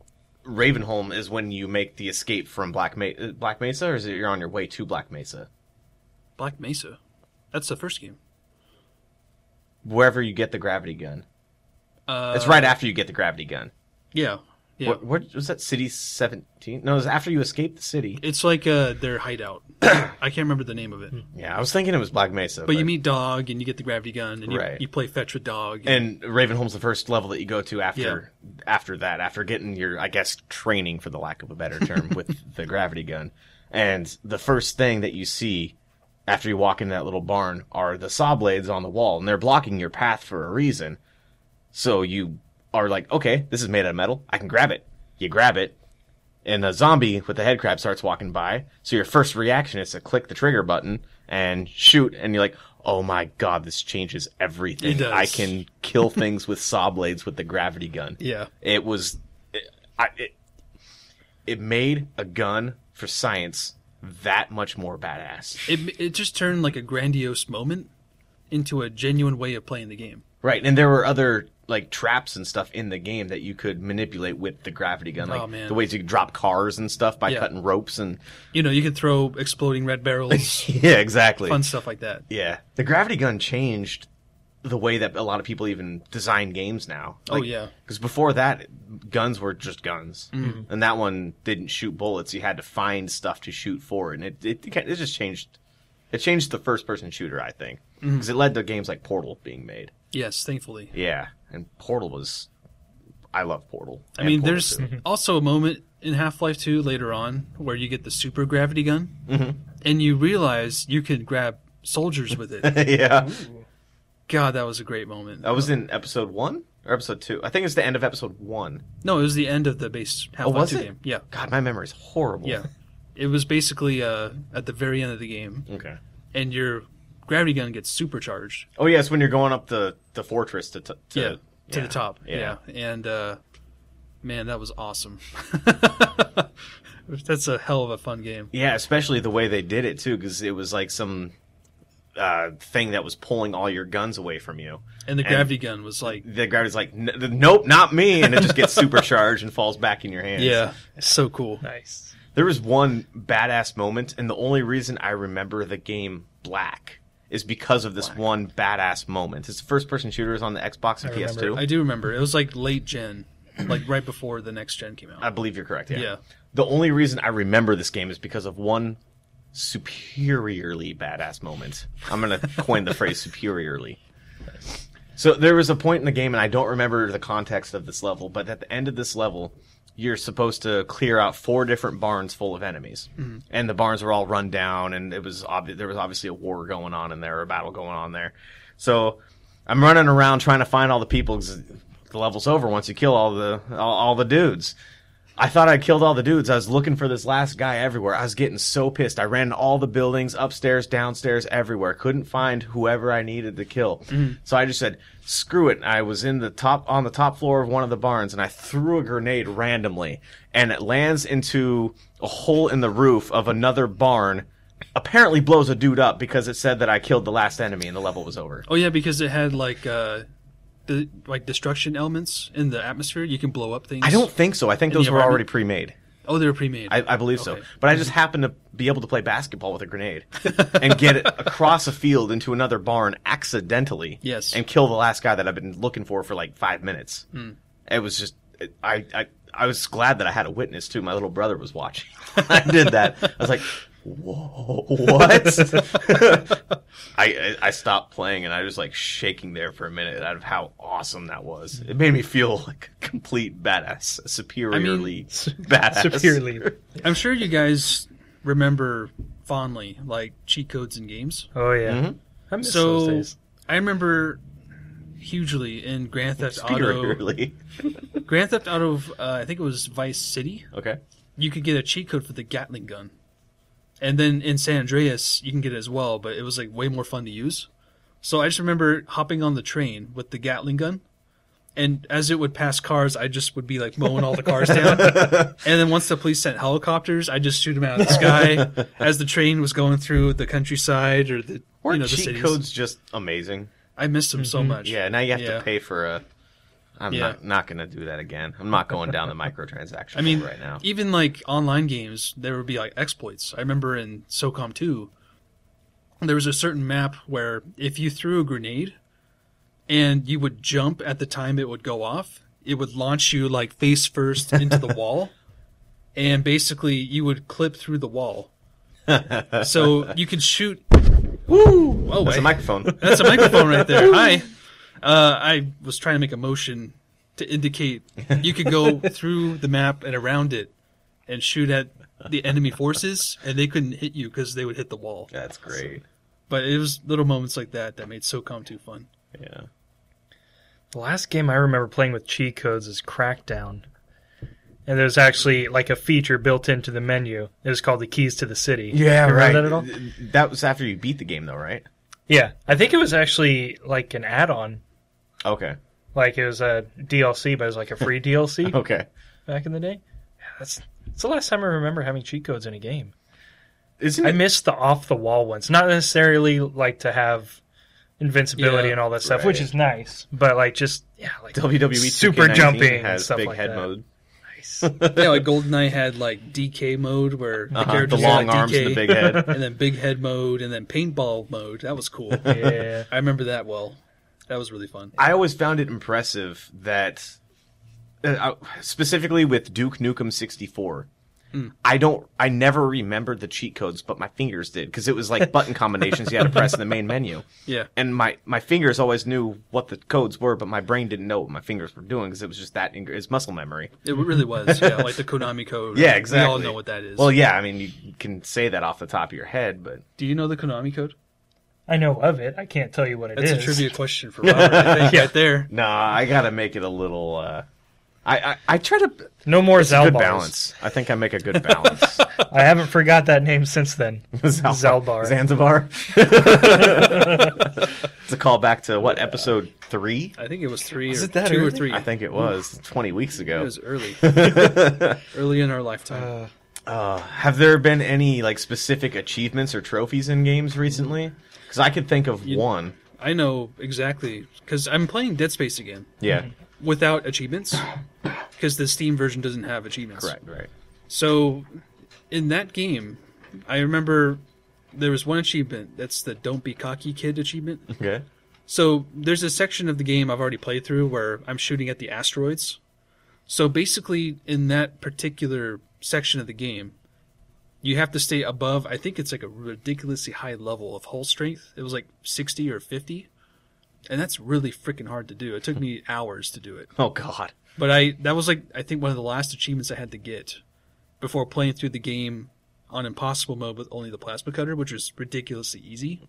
Speaker 1: Ravenholm is when you make the escape from Black, Ma- uh, Black Mesa, or is it you're on your way to Black Mesa?
Speaker 3: Black Mesa. That's the first game.
Speaker 1: Wherever you get the gravity gun,
Speaker 3: Uh,
Speaker 1: it's right after you get the gravity gun.
Speaker 3: Yeah. Uh, Yeah.
Speaker 1: What, what was that city 17? No, it was after you escaped the city.
Speaker 3: It's like uh, their hideout. I can't remember the name of it.
Speaker 1: Yeah, I was thinking it was Black Mesa.
Speaker 3: But you meet Dog, and you get the gravity gun, and you,
Speaker 1: Right.
Speaker 3: you play fetch with Dog.
Speaker 1: and Ravenholm's the first level that you go to after after that, after getting your I guess training for the lack of a better term with the gravity gun. And the first thing that you see after you walk into that little barn are the saw blades on the wall, and they're blocking your path for a reason. So you are like, okay, this is made out of metal. I can grab it. You grab it, and a zombie with a head crab starts walking by. So your first reaction is to click the trigger button and shoot, and you're like, "Oh my god, this changes everything.
Speaker 3: It does.
Speaker 1: I can kill things with saw blades with the gravity gun."
Speaker 3: yeah,
Speaker 1: It was, it, I, it, it made a gun for science that much more badass.
Speaker 3: it it just turned like a grandiose moment into a genuine way of playing the game.
Speaker 1: Right, and there were other like traps and stuff in the game that you could manipulate with the gravity gun, like
Speaker 3: Oh, man.
Speaker 1: the ways you could drop cars and stuff by
Speaker 3: Yeah.
Speaker 1: cutting ropes and
Speaker 3: You know, you could throw exploding red barrels,
Speaker 1: yeah, exactly.
Speaker 3: fun stuff like that.
Speaker 1: Yeah, the gravity gun changed the way that a lot of people even design games now.
Speaker 3: Oh, yeah. Mm-hmm.
Speaker 1: because before that, guns were just guns, and that one didn't shoot bullets. You had to find stuff to shoot for, and it it, it just changed. It changed the first person shooter, I think,
Speaker 3: Mm-hmm.
Speaker 1: because it led to games like Portal being made.
Speaker 3: Yes, thankfully.
Speaker 1: Yeah, and Portal was. I love Portal.
Speaker 3: I
Speaker 1: and Mm-hmm.
Speaker 3: mean,
Speaker 1: Portal
Speaker 3: there's
Speaker 1: 2.
Speaker 3: also a moment in Half Life 2 later on where you get the super gravity gun,
Speaker 1: Mm-hmm.
Speaker 3: and you realize you can grab soldiers with it.
Speaker 1: yeah.
Speaker 3: God, that was a great moment.
Speaker 1: That was in episode one or episode two. I think it's the end of episode one.
Speaker 3: No, it was the end of the base Half Life
Speaker 1: Oh, was
Speaker 3: 2
Speaker 1: it?
Speaker 3: game. Yeah,
Speaker 1: God, my memory's horrible.
Speaker 3: yeah. It was basically uh, at the very end of the game,
Speaker 1: Okay.
Speaker 3: and your gravity gun gets supercharged
Speaker 1: Oh yes, when you're going up the the fortress to, t- to
Speaker 3: yeah, to the top.
Speaker 1: Yeah.
Speaker 3: Yeah. And uh, man, that was awesome. That's a hell of a fun game.
Speaker 1: Yeah, especially the way they did it too, because it was like some uh, thing that was pulling all your guns away from you.
Speaker 3: And the
Speaker 1: And-
Speaker 3: gravity gun was like,
Speaker 1: The gravity's like, "N- nope, not me, and it just gets supercharged and falls back in your hands.
Speaker 3: yeah, so cool.
Speaker 2: Nice.
Speaker 1: There was one badass moment, and the only reason I remember the game Black is because of this one badass moment. It's the first person shooters on the Xbox and
Speaker 2: I
Speaker 1: PS2.
Speaker 2: remember.
Speaker 3: I do remember. It was like late gen, like right before the next gen came out.
Speaker 1: I believe you're correct. Yeah.
Speaker 3: Yeah.
Speaker 1: The only reason I remember this game is because of one superiorly badass moment. I'm going to coin the phrase superiorly. So there was a point in the game, and I don't remember the context of this level, but at the end of this level, you're supposed to clear out four different barns full of enemies, and the barns were all run down, and it was obvi- there was obviously a war going on in there, a battle going on there. So I'm running around trying to find all the people. 'cause the level's over once you kill all the all, all the dudes. I thought I killed all the dudes. I was looking for this last guy everywhere. I was getting so pissed. I ran to all the buildings, upstairs, downstairs, everywhere. Couldn't find whoever I needed to kill.
Speaker 3: Mm-hmm.
Speaker 1: So I just said, "Screw it." I was in the top on the top floor of one of the barns and I threw a grenade randomly and it lands into a hole in the roof of another barn. Apparently blows a dude up because it said that I killed the last enemy and the level was over.
Speaker 3: oh yeah, because it had like uh, the like destruction elements in the atmosphere. You can blow up things.
Speaker 1: I don't think so. I think
Speaker 3: In the
Speaker 1: those were
Speaker 3: environment?
Speaker 1: already pre-made.
Speaker 3: Oh, they were pre-made.
Speaker 1: I, I believe so.
Speaker 3: Okay.
Speaker 1: But I just happened to be able to play basketball with a grenade and get it across a field into another barn accidentally.
Speaker 3: Yes. Hmm.
Speaker 1: And kill the last guy that I've been looking for for like five minutes. It was just, it, I, I, I was glad that I had a witness too. My little brother was watching. I did that. I was like, whoa, what? I, I- I stopped playing and I was like shaking there for a minute out of how awesome that was. It made me feel like a complete badass, superiorly badass.
Speaker 2: Superiorly.
Speaker 3: I'm sure you guys remember fondly like cheat codes in games.
Speaker 2: Oh yeah. I miss
Speaker 3: So-
Speaker 2: those days.
Speaker 3: I remember hugely in Grand Theft Auto.
Speaker 1: Superiorly.
Speaker 3: Grand Theft Auto, uh, I think it was Vice City.
Speaker 1: Okay.
Speaker 3: You could get a cheat code for the Gatling gun, and then in San Andreas you can get it as well. But it was like way more fun to use. So I just remember hopping on the train with the Gatling gun, and as it would pass cars, I just would be like mowing all the cars down. and then once the police sent helicopters, I just shoot them out of the sky as the train was going through the countryside or the
Speaker 1: Weren't
Speaker 3: you know the
Speaker 1: cheat
Speaker 3: cities.
Speaker 1: codes just amazing?
Speaker 3: I missed them so much.
Speaker 1: Yeah, now you have
Speaker 3: Yeah.
Speaker 1: to pay for a. I'm
Speaker 3: Yeah.
Speaker 1: not not gonna do that again. I'm not going down the microtransaction.
Speaker 3: I mean,
Speaker 1: right now.
Speaker 3: even like online games, there would be like exploits. I remember in SOCOM 2, there was a certain map where if you threw a grenade and you would jump at the time it would go off, it would launch you like face first into the wall, and basically you would clip through the wall. so you can shoot. Woo! Oh,
Speaker 1: That's
Speaker 3: wait.
Speaker 1: a microphone.
Speaker 3: That's a microphone right there. Hi. Uh, I was trying to make a motion to indicate you could go through the map and around it and shoot at the enemy forces, and they couldn't hit you because they would hit the wall.
Speaker 1: That's great.
Speaker 3: But it was little moments like that that made SOCOM 2 fun.
Speaker 1: Yeah.
Speaker 2: The last game I remember playing with cheat codes is Crackdown. And there's actually like a feature built into the menu. It was called the Keys to the City. You remember That at all?
Speaker 1: That was after you beat the game, though, right?
Speaker 2: Yeah, I think it was actually like an add-on.
Speaker 1: Okay.
Speaker 2: Like it was a DLC, but it was like a free DLC
Speaker 1: Okay.
Speaker 2: back in the day. Yeah, that's that's the last time I remember having cheat codes in a game.
Speaker 1: Isn't
Speaker 2: I
Speaker 1: it?
Speaker 2: miss the off-the-wall ones. Not necessarily like to have invincibility
Speaker 3: Yeah,
Speaker 2: and all that stuff, which
Speaker 1: right. E
Speaker 2: is nice. But like just yeah, like
Speaker 1: WWE
Speaker 2: super
Speaker 1: 2K19
Speaker 2: jumping and
Speaker 1: has
Speaker 2: stuff
Speaker 1: big
Speaker 2: like
Speaker 1: head
Speaker 2: that.
Speaker 1: mode.
Speaker 2: Nice.
Speaker 3: Yeah, like GoldenEye had like DK mode where the
Speaker 1: Uh-huh, The
Speaker 3: characters had,
Speaker 1: long
Speaker 3: like,
Speaker 1: arms and the
Speaker 3: DK,
Speaker 1: big head.
Speaker 3: and then big head mode, and then paintball mode. That was cool.
Speaker 2: yeah.
Speaker 3: I remember that well. That was really fun.
Speaker 1: I always found it impressive that, uh, I- specifically with Duke Nukem 64, I don't, I never remembered the cheat codes, but my fingers did because it was like button combinations you had to press in the main menu.
Speaker 3: Yeah.
Speaker 1: And my, my fingers always knew what the codes were, but my brain didn't know what my fingers were doing because it was just that ing- it's muscle memory.
Speaker 3: It really was. Yeah, like the Konami code.
Speaker 1: Yeah, exactly.
Speaker 3: We all know what that is.
Speaker 1: Well, yeah, I mean, you can say that off the top of your head, but
Speaker 3: do you know the Konami code?
Speaker 2: I know of it. I can't tell you what it
Speaker 3: That's
Speaker 2: is.
Speaker 3: a trivia question for Robert. I think, right there.
Speaker 1: nah, I gotta make it a little. Uh, I, I I try to good
Speaker 2: No more Zal bars.
Speaker 1: balance. I think I make a good balance.
Speaker 2: I haven't forgot that name since then.
Speaker 1: Zal-
Speaker 2: Zalbar.
Speaker 1: Zanzibar. it's a callback to what episode three?
Speaker 3: I think it was three
Speaker 2: Was
Speaker 3: or
Speaker 2: it that
Speaker 3: two or
Speaker 2: early?
Speaker 3: three.
Speaker 1: I think it was twenty weeks
Speaker 3: it
Speaker 1: ago.
Speaker 3: was early. early in our lifetime.
Speaker 1: Uh, have there been any like specific achievements or trophies in games recently? Because I could think of one.
Speaker 3: I know exactly because I'm playing Dead Space again
Speaker 1: Yeah.
Speaker 3: without achievements because the Steam version doesn't have achievements.
Speaker 1: Right. Right.
Speaker 3: So in that game, I remember there was one achievement. That's the "Don't Be Cocky Kid" achievement.
Speaker 1: Okay.
Speaker 3: So there's a section of the game I've already played through where I'm shooting at the asteroids. So basically, in that particular section of the game, you have to stay above. I think it's like a ridiculously high level of hull strength. It was like 60 or 50, and that's really freaking hard to do. It took me hours to do it,
Speaker 1: Oh God.
Speaker 3: but I that was like I think one of the last achievements I had to get before playing through the game on impossible mode with only the plasma cutter, which was ridiculously easy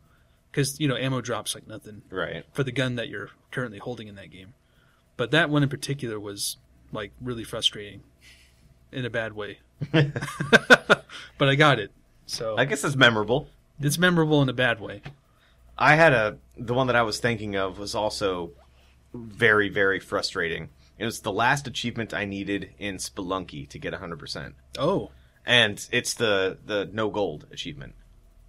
Speaker 3: because you know ammo drops like nothing
Speaker 1: Right.
Speaker 3: for the gun that you're currently holding in that game. But that one in particular was like really frustrating in a bad way. but I got it. So
Speaker 1: I guess it's memorable.
Speaker 3: it's memorable in a bad way.
Speaker 1: I had a the one that I was thinking of was also very very frustrating. It was the last achievement I needed in Spelunky to get 100%.
Speaker 3: Oh,
Speaker 1: And it's the the no gold achievement.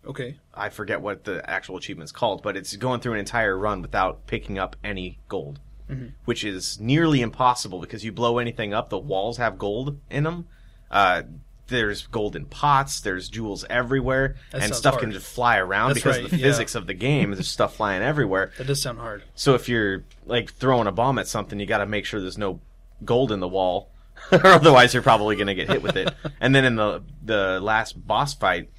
Speaker 3: okay.
Speaker 1: I forget what the actual achievement's called, but it's going through an entire run without picking up any gold,
Speaker 3: Mm-hmm.
Speaker 1: which is nearly impossible because you blow anything up, the walls have gold in them. Uh, there's gold in pots, there's jewels everywhere,
Speaker 3: That
Speaker 1: and
Speaker 3: sounds
Speaker 1: stuff
Speaker 3: hard.
Speaker 1: can just fly around
Speaker 3: That's
Speaker 1: because
Speaker 3: right,
Speaker 1: of the
Speaker 3: yeah.
Speaker 1: physics of the game. There's stuff flying everywhere.
Speaker 3: That does sound hard.
Speaker 1: So if you're like throwing a bomb at something, you got to make sure there's no gold in the wall, or otherwise you're probably gonna get hit with it. and then in the the last boss fight,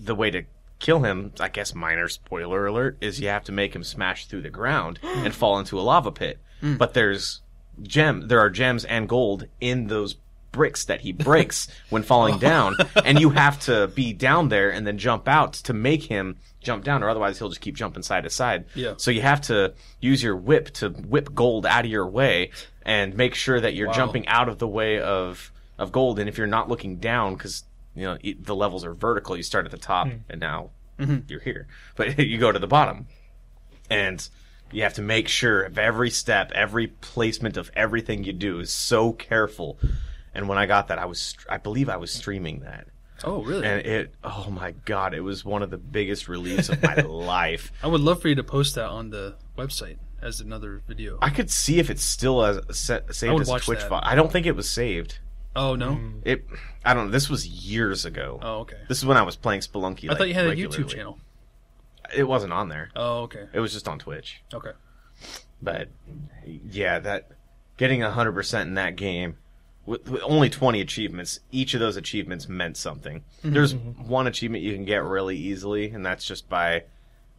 Speaker 1: the way to kill him, I guess minor spoiler alert, is you have to make him smash through the ground and fall into a lava pit. But there's gem, there are gems and gold in those bricks that he breaks when falling down and you have to be down there and then jump out to make him jump down or otherwise he'll just keep jumping side to side
Speaker 3: Yeah.
Speaker 1: so you have to use your whip to whip gold out of your way and make sure that you're
Speaker 3: Wow.
Speaker 1: jumping out of the way of of gold. And if you're not looking down, because you know it, the levels are vertical, you start at the top and now you're here, but you go to the bottom, and you have to make sure of every step, every placement of everything you do is so careful. And when I got that, I was str- I believe I was streaming that.
Speaker 3: Oh, really?
Speaker 1: And it, oh my god, it was one of the biggest reliefs of my life.
Speaker 3: I would love for you to post that on the website as another video.
Speaker 1: I could see if it's still as set, saved
Speaker 3: would
Speaker 1: as a
Speaker 3: watch
Speaker 1: Twitch
Speaker 3: that.
Speaker 1: file. I don't think it was saved.
Speaker 3: Oh, no.
Speaker 1: It. I don't know. This was years ago.
Speaker 3: Oh, okay.
Speaker 1: This is when I was playing Spelunky.
Speaker 3: I thought you had a YouTube
Speaker 1: regularly.
Speaker 3: channel.
Speaker 1: It wasn't on there.
Speaker 3: Oh, okay.
Speaker 1: It was just on Twitch.
Speaker 3: Okay.
Speaker 1: But yeah, that getting 100% in that game with, with only 20 achievements each of those achievements meant something
Speaker 3: Mm-hmm,
Speaker 1: there's one achievement you can get really easily and that's just by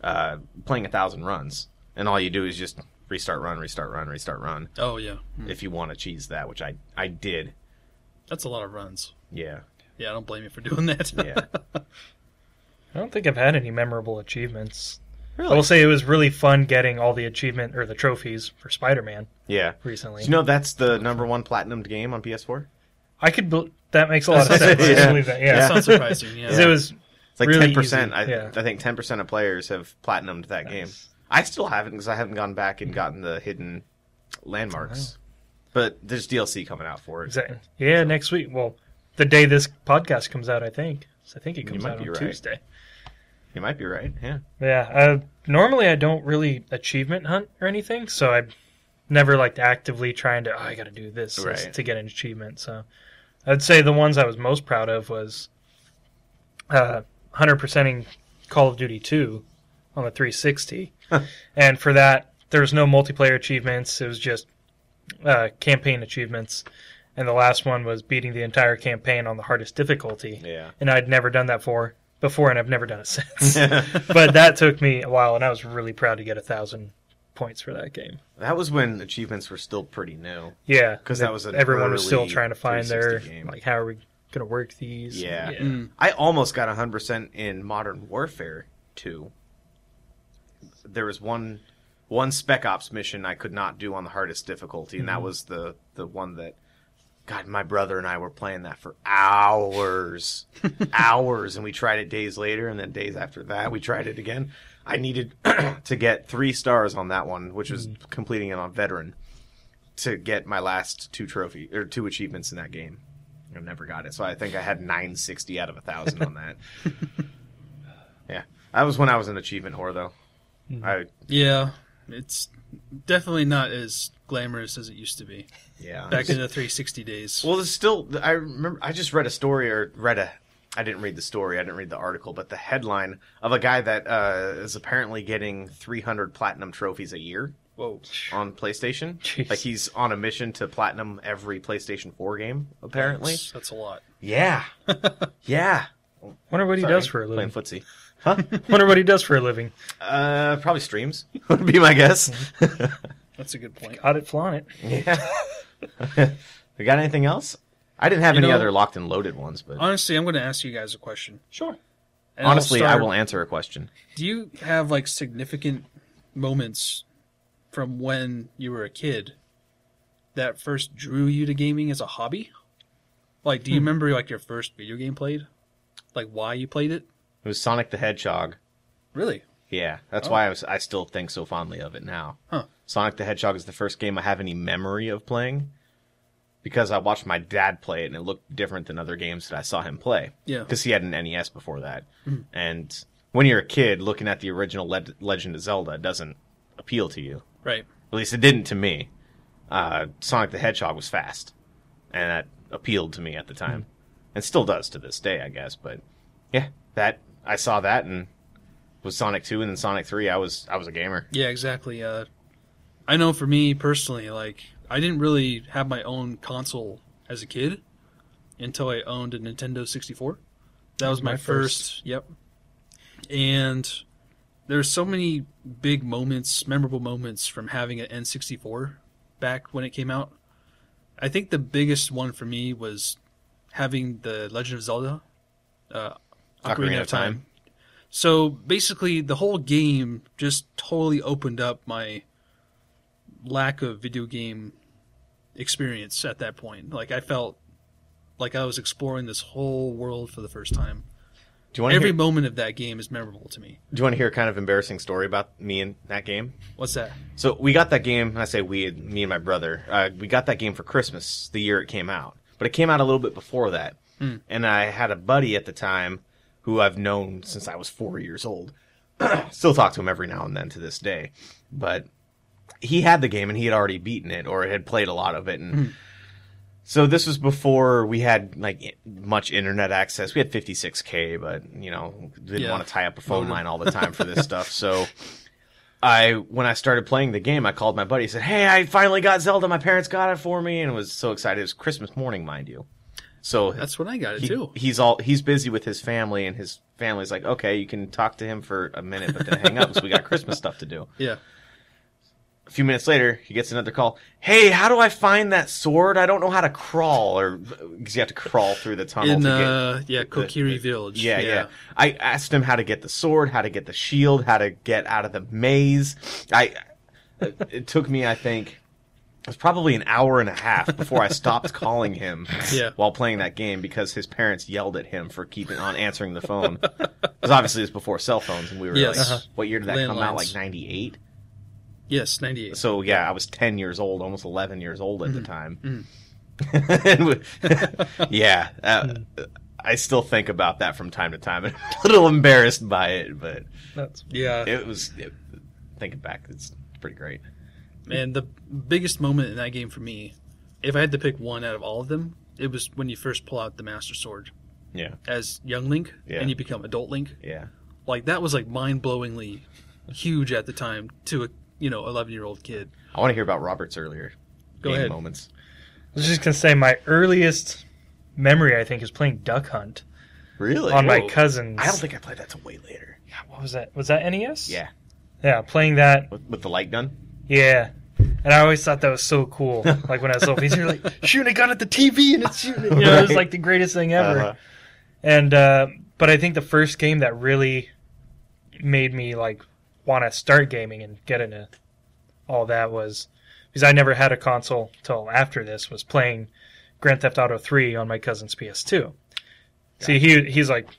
Speaker 1: uh, playing a thousand runs and all you do is just restart run restart run restart run
Speaker 3: Oh yeah,
Speaker 1: if you want to cheese that which i i did
Speaker 3: that's a lot of runs.
Speaker 1: yeah
Speaker 3: Yeah, I don't blame you for doing that.
Speaker 1: yeah
Speaker 2: I don't think I've had any memorable achievements. I
Speaker 1: really
Speaker 2: will say it was really fun getting all the achievement or the trophies for Spider-Man
Speaker 1: yeah
Speaker 2: recently.
Speaker 1: Do you know that's the number one platinumed game on ps4
Speaker 2: I could. bel that makes a lot of
Speaker 3: That's-
Speaker 2: sense.
Speaker 1: yeah.
Speaker 2: I believe that. Yeah.
Speaker 1: Yeah.
Speaker 3: That's not surprising. Yeah.
Speaker 2: 'Cause It was.
Speaker 1: It's like
Speaker 2: really
Speaker 1: ten percent.
Speaker 2: easy,
Speaker 1: I,
Speaker 2: yeah.
Speaker 1: I think ten percent of players have platinumed that game. I still haven't because I haven't gone back and gotten the hidden landmarks. But there's DLC coming out for it.
Speaker 2: Exactly. Yeah, next week. Well, the day this podcast comes out, I think. So I think it comes
Speaker 1: might
Speaker 2: out
Speaker 1: be
Speaker 2: on
Speaker 1: right.
Speaker 2: Tuesday.
Speaker 1: You might be right. Yeah.
Speaker 2: Yeah. Uh, normally, I don't really achievement hunt or anything, so I never like actively trying to. Oh, I got to do this this
Speaker 1: Right.
Speaker 2: to get an achievement. So I'd say the ones I was most proud of was uh, 100%ing Call of Duty 2 on the 360, and for that there was no multiplayer achievements. It was just uh, campaign achievements. And the last one was beating the entire campaign on the hardest difficulty
Speaker 1: Yeah.
Speaker 2: and I'd never done that for before, and I've never done it since. but that took me a while, and I was really proud to get a thousand points for that game.
Speaker 1: That was when achievements were still pretty new.
Speaker 2: Yeah,
Speaker 1: 'Cause that was an
Speaker 2: everyone was still
Speaker 1: early
Speaker 2: trying to find their
Speaker 1: 360 game.
Speaker 2: like, how are we going to work these?
Speaker 1: Yeah.
Speaker 3: Mm.
Speaker 1: I almost got 100% in Modern Warfare 2. There was one one Spec Ops mission I could not do on the hardest difficulty, and that was the the one that God, my brother and I were playing that for hours, hours, and we tried it days later, and then days after that, we tried it again. I needed to get three stars on that one, which was completing it on veteran, to get my last two trophy or two achievements in that game. I never got it. So I think I had 960 out of a 1,000 on that. yeah. That was when I was an achievement whore, though. I,
Speaker 3: Yeah, it's definitely not as glamorous as it used to be
Speaker 1: yeah.
Speaker 3: back in the 360 days.
Speaker 1: well, there's still, I remember, I just read a story or read a, I didn't read the story, I didn't read the article, but the headline of a guy that uh, is apparently getting 300 platinum trophies a year
Speaker 3: Whoa,
Speaker 1: on PlayStation.
Speaker 2: Jeez.
Speaker 1: Like he's on a mission to platinum every PlayStation 4 game, apparently.
Speaker 3: that's, that's a lot.
Speaker 1: Yeah. yeah.
Speaker 2: wonder what he
Speaker 1: Sorry,
Speaker 2: does for a
Speaker 1: Playing
Speaker 2: living.
Speaker 1: footsie. Huh?
Speaker 2: wonder what he does for a living.
Speaker 1: Uh, probably streams would be my guess.
Speaker 3: Mm-hmm. That's a good point.
Speaker 2: Got it, flaunt it.
Speaker 1: yeah. we got anything else? I didn't have
Speaker 3: You
Speaker 1: any
Speaker 3: know-
Speaker 1: other locked and loaded ones, but
Speaker 3: Honestly, I'm going to ask you guys a question.
Speaker 2: Sure.
Speaker 3: And I'll
Speaker 1: honestly, I
Speaker 3: start-
Speaker 1: will answer a question.
Speaker 3: Do you have like significant moments from when you were a kid that first drew you to gaming as a hobby? Like, do you
Speaker 1: Hmm.
Speaker 3: remember like your first video game played? Like, why you played it?
Speaker 1: It was Sonic the Hedgehog.
Speaker 3: Really?
Speaker 1: Yeah, that's why I was. I still think so fondly of it now.
Speaker 3: Oh. Huh.
Speaker 1: Sonic the Hedgehog is the first game I have any memory of playing because I watched my dad play it and it looked different than other games that I saw him play.
Speaker 3: Yeah. Mm-hmm.
Speaker 1: Because he had an NES before that. And when you're a kid, looking at the original Le- Legend of Zelda doesn't appeal to you.
Speaker 3: Right.
Speaker 1: At least it didn't to me. Uh, Sonic the Hedgehog was fast, and that appealed to me at the time, and still does to this day, I guess. But yeah, that I saw that and with Sonic Two and then Sonic Three, I was I was a gamer.
Speaker 3: Yeah, exactly. Uh, I know for me personally, like I didn't really have my own console as a kid until I owned a Nintendo 64. That was my,
Speaker 2: my
Speaker 3: first. Yep. And there's so many big moments, memorable moments from having an N64 back when it came out. I think the biggest one for me was having the Legend of Zelda, uh, Ocarina, of Time. So basically, the whole game just totally opened up my lack of video game experience at that point. Like I felt like I was exploring this whole world for the first time.
Speaker 1: Do you want to
Speaker 3: Every
Speaker 1: hear,
Speaker 3: moment of that game is memorable to me.
Speaker 1: do you want to hear a kind of embarrassing story about me and that game?
Speaker 3: What's that?
Speaker 1: So we got that game. and I say we, me and my brother, uh, we got that game for Christmas the year it came out. But it came out a little bit before that, and I had a buddy at the time who I've known since I was four years old. Still talk to him every now and then to this day, but he had the game and he had already beaten it or had played a lot of it, and so this was before we had like i- much internet access. We had 56k, but you know didn't
Speaker 3: Yeah.
Speaker 1: want to tie up a phone line all the time for this stuff. So I when I started playing the game, I called my buddy. Said, "Hey, I finally got Zelda. My parents got it for me, and was so excited. It was Christmas morning, mind you. So
Speaker 3: That's when I got it
Speaker 1: he-
Speaker 3: too.
Speaker 1: he's all he's busy with his family, and his family's like, "Okay, you can talk to him for a minute, but then hang up because we got Christmas stuff to do."
Speaker 3: Yeah.
Speaker 1: A few minutes later, he gets another call. Hey, how do I find that sword? I don't know how to crawl, or because you have to crawl through the tunnel
Speaker 3: In
Speaker 1: to get.
Speaker 3: uh yeah, Kokiri
Speaker 1: the-
Speaker 3: Village.
Speaker 1: Yeah, yeah, I asked him how to get the sword, how to get the shield, how to get out of the maze. I it took me, I think, it was probably an hour and a half before I stopped calling him
Speaker 3: Yeah.
Speaker 1: while playing that game because his parents yelled at him for keeping on answering the phone. Because obviously it was before cell phones, and we were
Speaker 3: Yes.
Speaker 1: like,
Speaker 3: Uh-huh.
Speaker 1: what year did that come out? Like
Speaker 3: Landlines.
Speaker 1: ninety eight.
Speaker 3: Yes, 98.
Speaker 1: So yeah, I was ten years old, almost eleven years old
Speaker 2: Mm-hmm.
Speaker 1: at the time.
Speaker 3: Mhm.
Speaker 1: And we- yeah, uh, I still think about that from time to time, and I'm a little embarrassed by it, but
Speaker 2: That's
Speaker 3: Yeah.
Speaker 1: it was it, thinking back, it's pretty great.
Speaker 3: And the biggest moment in that game for me, if I had to pick one out of all of them, it was when you first pull out the Master Sword
Speaker 1: Yeah,
Speaker 3: as young Link
Speaker 1: Yeah.
Speaker 3: and you become adult Link.
Speaker 1: yeah,
Speaker 3: Like that was like mind-blowingly huge at the time to a, you know, 11-year-old kid.
Speaker 1: I want to hear about Robert's earlier
Speaker 3: Go
Speaker 1: game
Speaker 3: ahead.
Speaker 1: moments.
Speaker 2: I was just gonna say my earliest memory I think is playing Duck Hunt
Speaker 1: Really?
Speaker 2: on my
Speaker 3: Whoa.
Speaker 2: cousin's.
Speaker 1: I don't think I played that till way later.
Speaker 2: what was that? Was that NES?
Speaker 1: Yeah,
Speaker 2: yeah, playing that.
Speaker 1: with, with the light gun.
Speaker 2: Yeah, and I always thought that was so cool. like when I was little, he's like shooting a gun at the TV and it's shooting. You know, it was
Speaker 1: Right.
Speaker 2: like the greatest thing ever.
Speaker 1: Uh,
Speaker 2: And uh, but I think the first game that really made me like want to start gaming and get into all that was because I never had a console till after this was playing Grand Theft Auto 3 on my cousin's PS2. See, he he's like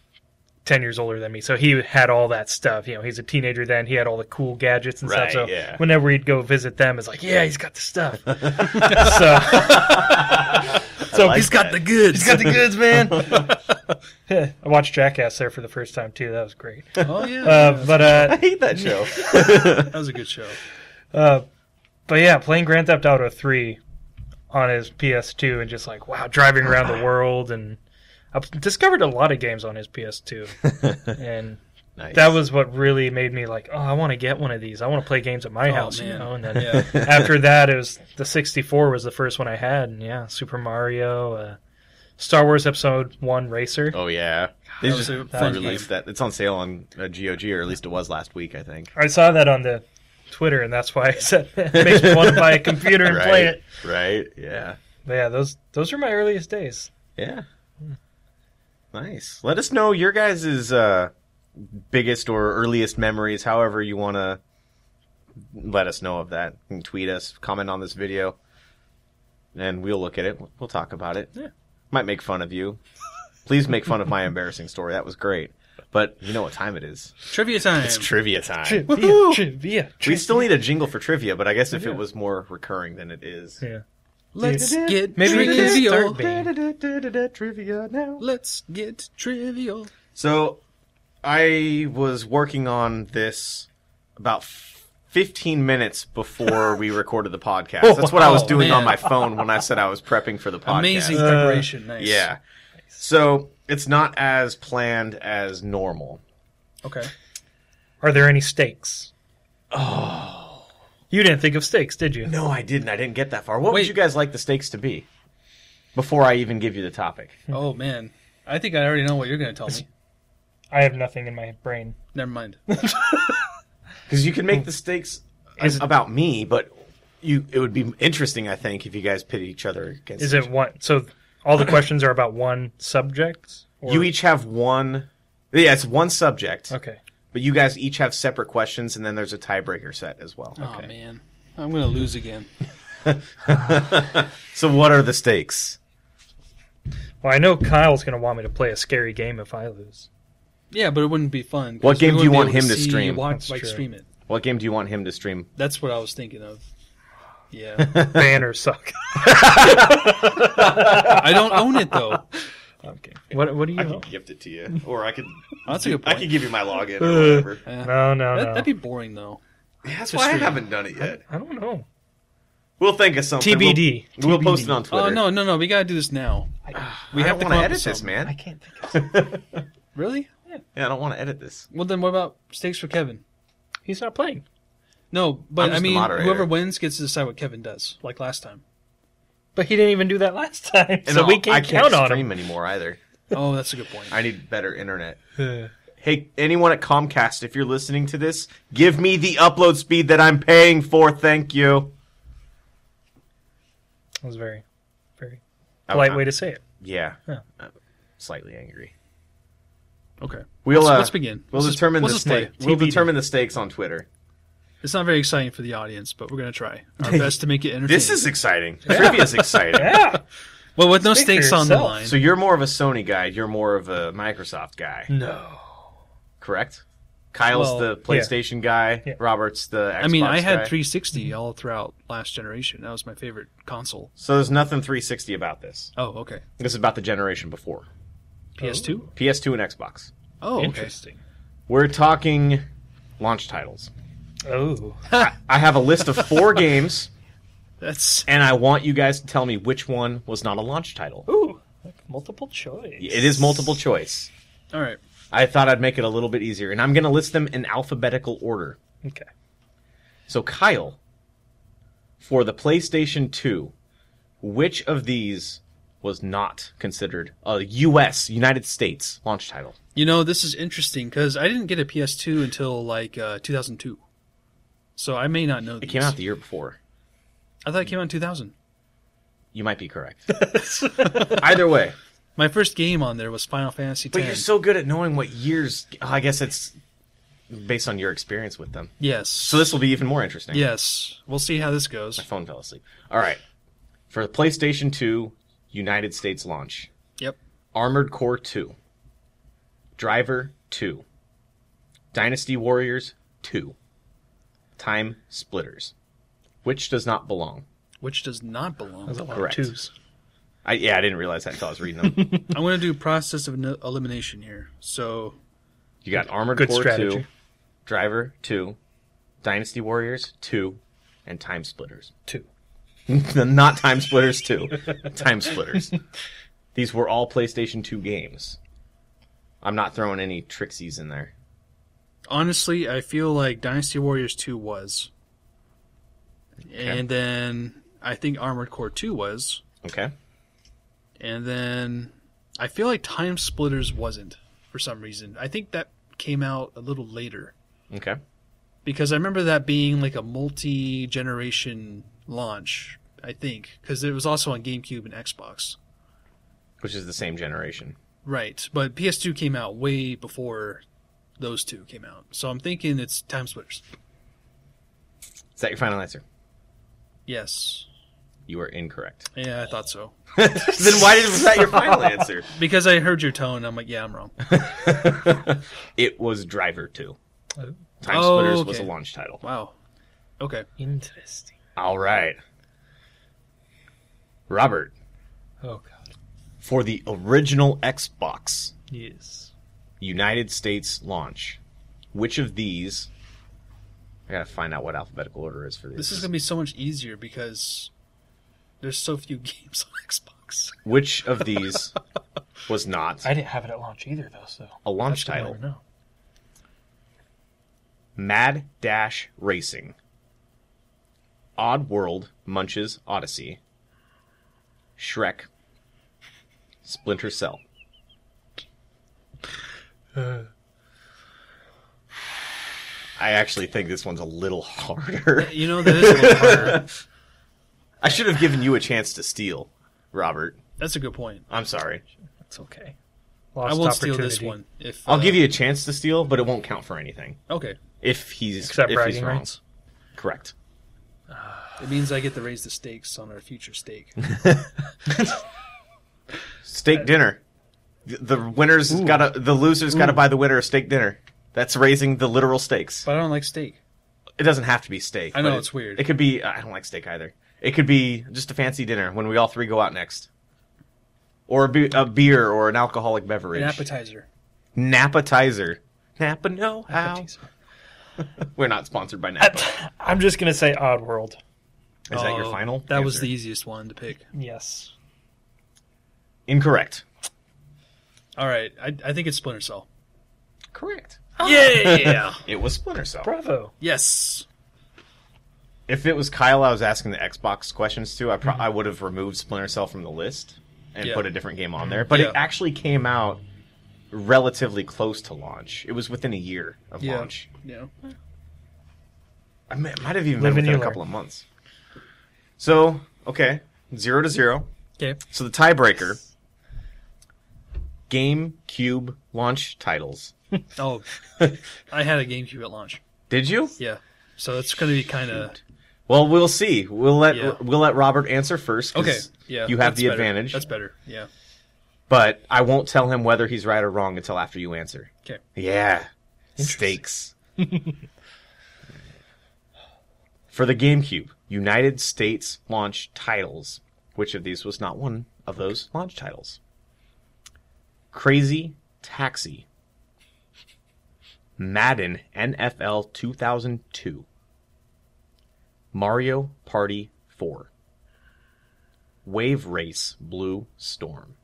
Speaker 2: 10 years older than me, so he had all that stuff. You know, he's a teenager then. He had all the cool gadgets and
Speaker 1: Right,
Speaker 2: stuff. So
Speaker 1: yeah.
Speaker 2: whenever we'd go visit them, it's like, yeah, he's got the stuff. so
Speaker 1: I like
Speaker 3: He's got
Speaker 1: that.
Speaker 3: the goods.
Speaker 2: he's got the goods, man. I watched Jackass there for the first time too. That was great.
Speaker 3: Oh yeah.
Speaker 1: Um,
Speaker 2: Uh, but uh,
Speaker 1: I hate that show.
Speaker 3: that was a good show.
Speaker 2: Uh, but yeah, playing Grand Theft Auto 3 on his PS2 and just like, wow, driving around the world. And I discovered a lot of games on his PS2. and
Speaker 1: nice.
Speaker 2: that was what really made me like, oh, I want to get one of these. I want to play games at my
Speaker 3: Oh,
Speaker 2: house, you
Speaker 3: man.
Speaker 2: know? And then
Speaker 3: Yeah.
Speaker 2: after that, it was the 64 was the first one I had. And yeah, Super Mario, uh, Star Wars Episode 1 Racer.
Speaker 1: Oh yeah, they
Speaker 3: That
Speaker 1: just
Speaker 3: was a fun
Speaker 1: released that. It's on sale on uh, GOG, or at least it was last week, I think.
Speaker 2: I saw that on the Twitter, and that's why I said it makes me want to buy a computer and play it.
Speaker 1: Right? Yeah.
Speaker 2: But yeah, those those are my earliest days.
Speaker 1: Yeah. Hmm. Nice. Let us know your guys' uh, biggest or earliest memories, however you want to let us know of that. You can tweet us, comment on this video, and we'll look at it. We'll talk about it.
Speaker 3: Yeah.
Speaker 1: Might make fun of you. Please make fun of my embarrassing story. That was great. But you know what time it is.
Speaker 3: Trivia time.
Speaker 1: It's trivia time.
Speaker 2: Trivia,
Speaker 3: Woohoo!
Speaker 2: trivia,
Speaker 1: We
Speaker 2: trivia.
Speaker 1: still need a jingle for trivia, but I guess if it was more recurring than it is.
Speaker 2: Yeah.
Speaker 3: Let's get
Speaker 2: Maybe we can
Speaker 3: trivial.
Speaker 2: start being.
Speaker 1: Trivia now.
Speaker 3: Let's get trivial.
Speaker 1: So, I was working on this about f- 15 minutes before we recorded the podcast. That's what I was
Speaker 3: Oh,
Speaker 1: doing on
Speaker 3: man.
Speaker 1: my phone when I said I was prepping for the podcast.
Speaker 3: Amazing
Speaker 2: Uh,
Speaker 3: preparation. Nice.
Speaker 1: Yeah. So, it's not as planned as normal.
Speaker 3: Okay.
Speaker 2: Are there any stakes? Oh. You didn't think of stakes, did you?
Speaker 1: No, I didn't. I didn't get that far. What would
Speaker 3: Wait.
Speaker 1: you guys like the stakes to be? Before I even give you the topic.
Speaker 3: Oh man, I think I already know what you're going to tell me.
Speaker 2: I have nothing in my brain.
Speaker 3: Never mind.
Speaker 1: Because you can make the stakes
Speaker 2: Is it-
Speaker 1: about me, but you it would be interesting, I think, if you guys pit each other against
Speaker 2: Is it one? So all the questions are about one subject? Or-
Speaker 1: You each have one. Yeah, it's one subject,
Speaker 2: Okay.
Speaker 1: but you guys each have separate questions, and then there's a tiebreaker set as well.
Speaker 3: Oh man, I'm going to lose again.
Speaker 1: So, what are the stakes?
Speaker 2: Well, I know Kyle's going to want me to play a scary game if I lose.
Speaker 3: Yeah, but it wouldn't be fun. 'cause
Speaker 1: What
Speaker 3: we
Speaker 1: game do you
Speaker 3: wouldn't be
Speaker 1: want
Speaker 3: able
Speaker 1: him to
Speaker 3: see-
Speaker 1: stream?
Speaker 2: That's
Speaker 3: Watch, like
Speaker 2: true.
Speaker 3: stream it.
Speaker 1: What game do you want him to stream?
Speaker 3: That's what I was thinking of. Yeah,
Speaker 2: Banner suck.
Speaker 3: I don't own it though. Oh,
Speaker 2: okay. What? What do you? know?
Speaker 1: gift it to you, or I could.
Speaker 3: That's a good point. Uh,
Speaker 1: give you my login
Speaker 2: or whatever.
Speaker 3: Yeah.
Speaker 2: No, no,
Speaker 3: That,
Speaker 2: no.
Speaker 3: That'd be boring though.
Speaker 1: That's
Speaker 3: why I haven't
Speaker 1: done it yet.
Speaker 2: I don't know.
Speaker 1: We'll think of something.
Speaker 2: TBD.
Speaker 1: We'll, we'll post it on Twitter.
Speaker 3: Oh no, no, no. We got to do this now.
Speaker 1: we have
Speaker 3: have to
Speaker 1: to
Speaker 3: come up
Speaker 1: edit
Speaker 3: with
Speaker 1: this,
Speaker 3: something.
Speaker 2: I
Speaker 1: man.
Speaker 2: can't think. Of...
Speaker 3: Really?
Speaker 1: Yeah, I don't want to edit this.
Speaker 3: Well, then what about stakes for Kevin?
Speaker 2: He's not playing.
Speaker 3: No,
Speaker 1: I'm
Speaker 3: but
Speaker 1: just
Speaker 3: I
Speaker 1: the
Speaker 3: mean,
Speaker 1: moderator.
Speaker 3: whoever wins gets to decide what Kevin does, like last time.
Speaker 2: But he didn't even do that last time, so we
Speaker 1: I'll-
Speaker 2: can't,
Speaker 1: I
Speaker 2: count on
Speaker 1: stream
Speaker 2: him.
Speaker 1: anymore either.
Speaker 3: Oh, that's a good point.
Speaker 1: I need better internet.
Speaker 2: Uh,
Speaker 1: Hey, anyone at Comcast, if you're listening to this, give me the upload speed that I'm paying for. Thank you.
Speaker 2: That was very, very
Speaker 1: I-
Speaker 2: polite
Speaker 1: I-
Speaker 2: way to say it.
Speaker 1: Yeah.
Speaker 2: Yeah.
Speaker 1: I'm slightly angry.
Speaker 3: Okay,
Speaker 1: We'll
Speaker 3: let's,
Speaker 1: uh,
Speaker 3: let's begin.
Speaker 1: We'll
Speaker 3: Let's just-
Speaker 1: determine
Speaker 3: we'll
Speaker 1: the
Speaker 3: just play
Speaker 1: stake.
Speaker 3: it.
Speaker 1: We'll
Speaker 2: TBD.
Speaker 1: determine the stakes on Twitter.
Speaker 3: It's not very exciting for the audience, but we're gonna try our best to make it entertaining.
Speaker 1: This is exciting. Trivia is exciting.
Speaker 2: Yeah.
Speaker 3: well with no
Speaker 2: Speak for
Speaker 3: stakes on the
Speaker 2: yourself.
Speaker 3: line.
Speaker 1: So you're more of a Sony guy. You're more of a Microsoft guy,
Speaker 2: no.
Speaker 1: correct? Kyle's
Speaker 3: Well,
Speaker 1: the PlayStation guy.
Speaker 2: Yeah.
Speaker 1: Robert's the Xbox
Speaker 3: I mean, I had
Speaker 1: guy. Mm-hmm.
Speaker 3: 360 all throughout last generation. That was my favorite console.
Speaker 1: So there's nothing 360 about this.
Speaker 3: Oh, okay.
Speaker 1: This is about the generation before
Speaker 3: PS2.
Speaker 1: PS2 and Xbox.
Speaker 3: Oh, okay.
Speaker 2: Interesting.
Speaker 1: We're talking launch titles.
Speaker 2: Oh.
Speaker 1: I have a list of four games,
Speaker 3: That's
Speaker 1: and I want you guys to tell me which one was not a launch title.
Speaker 2: Ooh. Like multiple choice.
Speaker 1: It is multiple choice.
Speaker 3: all right.
Speaker 1: I thought I'd make it a little bit easier, and I'm going to list them in alphabetical order.
Speaker 2: Okay.
Speaker 1: So, Kyle, for the PlayStation 2, which of these was not considered a U.S. United States launch title?
Speaker 3: You know, this is interesting because I didn't get a PS2 until like uh, 2002, so I may not know.
Speaker 1: It came out the year before.
Speaker 3: I thought it came out in 2000.
Speaker 1: You might be correct. Either way,
Speaker 3: My first game on there was Final Fantasy.
Speaker 1: but
Speaker 3: 10.
Speaker 1: you're so good at knowing what years. oh, I guess it's based on your experience with them.
Speaker 3: yes.
Speaker 1: So this will be even more interesting.
Speaker 3: Yes, we'll see how this goes.
Speaker 1: My phone fell asleep. All right, for the PlayStation 2 United States launch,
Speaker 3: Yep.
Speaker 1: Armored Core 2, Driver 2, Dynasty Warriors 2, Time Splitters. Which does not belong?
Speaker 3: Which does not belong.
Speaker 2: That's a lot
Speaker 1: Correct.
Speaker 2: of twos.
Speaker 1: I, yeah, I didn't realize that until I was reading them.
Speaker 3: I'm going to do process of no- elimination here. So
Speaker 1: you got Armored
Speaker 2: Good
Speaker 1: Core
Speaker 2: strategy.
Speaker 1: 2, Driver 2, Dynasty Warriors 2, and Time Splitters.
Speaker 2: Two.
Speaker 1: Not Time Splitters 2, Time Splitters. These were all PlayStation 2 games. I'm not throwing any Trixies in there.
Speaker 3: honestly, I feel like Dynasty Warriors 2 was. And then I think Armored Core 2 was.
Speaker 1: Okay?
Speaker 3: And then I feel like Time Splitters wasn't for some reason. I think that came out a little later
Speaker 1: Okay.
Speaker 3: because I remember that being like a multi generation launch, I think, because it was also on GameCube and Xbox.
Speaker 1: Which is the same generation.
Speaker 3: Right, but PS2 came out way before those two came out, so I'm thinking it's Time Splitters.
Speaker 1: Is that your final answer?
Speaker 3: Yes,
Speaker 1: You are incorrect.
Speaker 3: yeah, I thought so.
Speaker 1: then why did, was that your final answer?
Speaker 3: Because I heard your tone, I'm like, yeah, I'm wrong.
Speaker 1: It was Driver 2.
Speaker 2: Oh.
Speaker 1: Time
Speaker 3: Oh,
Speaker 1: Splitters was a
Speaker 3: okay.
Speaker 1: launch title.
Speaker 3: Wow. Okay.
Speaker 2: Interesting.
Speaker 1: All right. Robert,
Speaker 2: Oh god.
Speaker 1: for the original Xbox
Speaker 2: Yes.
Speaker 1: United States launch, which of these. I gotta find out what alphabetical order is for these.
Speaker 3: This is gonna be so much easier because there's so few games on Xbox.
Speaker 1: Which of these was not
Speaker 2: I didn't have it at launch either though, so
Speaker 1: a launch
Speaker 2: I
Speaker 1: title?
Speaker 2: don't know.
Speaker 1: Mad Dash Racing, Odd World Munches Odyssey, Shrek, Splinter Cell.
Speaker 3: Uh.
Speaker 1: I actually think this one's a little harder.
Speaker 3: You know that is a little harder.
Speaker 1: I should have given you a chance to steal, Robert.
Speaker 3: That's a good point.
Speaker 1: I'm sorry.
Speaker 2: It's okay. Lost
Speaker 3: I won't steal this
Speaker 2: opportunity.
Speaker 3: one. If
Speaker 1: I'll
Speaker 3: uh,
Speaker 1: give you a chance to steal, but it won't count for anything
Speaker 3: Okay,
Speaker 1: if he's
Speaker 2: Except
Speaker 1: if he's
Speaker 2: bragging
Speaker 1: wrong.
Speaker 2: rights.
Speaker 1: Correct.
Speaker 3: it means I get to raise the stakes on our future stake. Uh,
Speaker 1: steak dinner. The- The winner's got to the loser's got to buy the winner a steak dinner. That's raising the literal stakes.
Speaker 3: But I don't like steak.
Speaker 1: It doesn't have to be steak.
Speaker 3: I know,
Speaker 1: but it-
Speaker 3: it's weird.
Speaker 1: It could be I don't like steak either. It could be just a fancy dinner when we all three go out next. Or a, be- a beer or an alcoholic beverage.
Speaker 3: An appetizer.
Speaker 1: An appetizer. Napa know how. We're not sponsored by Napa.
Speaker 2: I'm just gonna say Oddworld.
Speaker 1: Is that your
Speaker 3: Oh,
Speaker 1: final?
Speaker 3: That was
Speaker 1: answer?
Speaker 3: the easiest one to pick.
Speaker 2: Yes.
Speaker 1: incorrect.
Speaker 3: All right, I, I think it's Splinter Cell.
Speaker 1: Correct.
Speaker 3: Yeah.
Speaker 1: It was Splinter Cell.
Speaker 2: Bravo.
Speaker 3: yes.
Speaker 1: if it was Kyle, I was asking the Xbox questions too. I pro- I would have removed Splinter Cell from the list and
Speaker 3: Mm-hmm. Yeah. Mm-hmm.
Speaker 1: put a different game on there. But
Speaker 3: Yeah.
Speaker 1: it actually came out relatively close to launch. It was within a year of
Speaker 3: Yeah.
Speaker 1: launch.
Speaker 3: Yeah.
Speaker 1: I mi- it might have even
Speaker 2: Live
Speaker 1: been
Speaker 2: and
Speaker 1: within a
Speaker 2: you
Speaker 1: couple of months. So okay, zero to zero.
Speaker 3: Okay.
Speaker 1: So the tiebreaker. GameCube launch titles.
Speaker 3: Oh, I had a GameCube at launch.
Speaker 1: Did you?
Speaker 3: Yeah. So it's going to be kind of
Speaker 1: Well, we'll see. We'll let
Speaker 3: Yeah.
Speaker 1: we'll let Robert answer first. 'cause
Speaker 3: okay. Yeah.
Speaker 1: you have
Speaker 3: that's
Speaker 1: the
Speaker 3: better.
Speaker 1: advantage.
Speaker 3: That's better. Yeah.
Speaker 1: but I won't tell him whether he's right or wrong until after you answer.
Speaker 3: Okay.
Speaker 1: Yeah. Stakes. For the GameCube, United States launch titles. Which of these was not one of those launch titles? Crazy Taxi. Madden NFL 2002. Mario Party 4. Wave Race Blue Storm.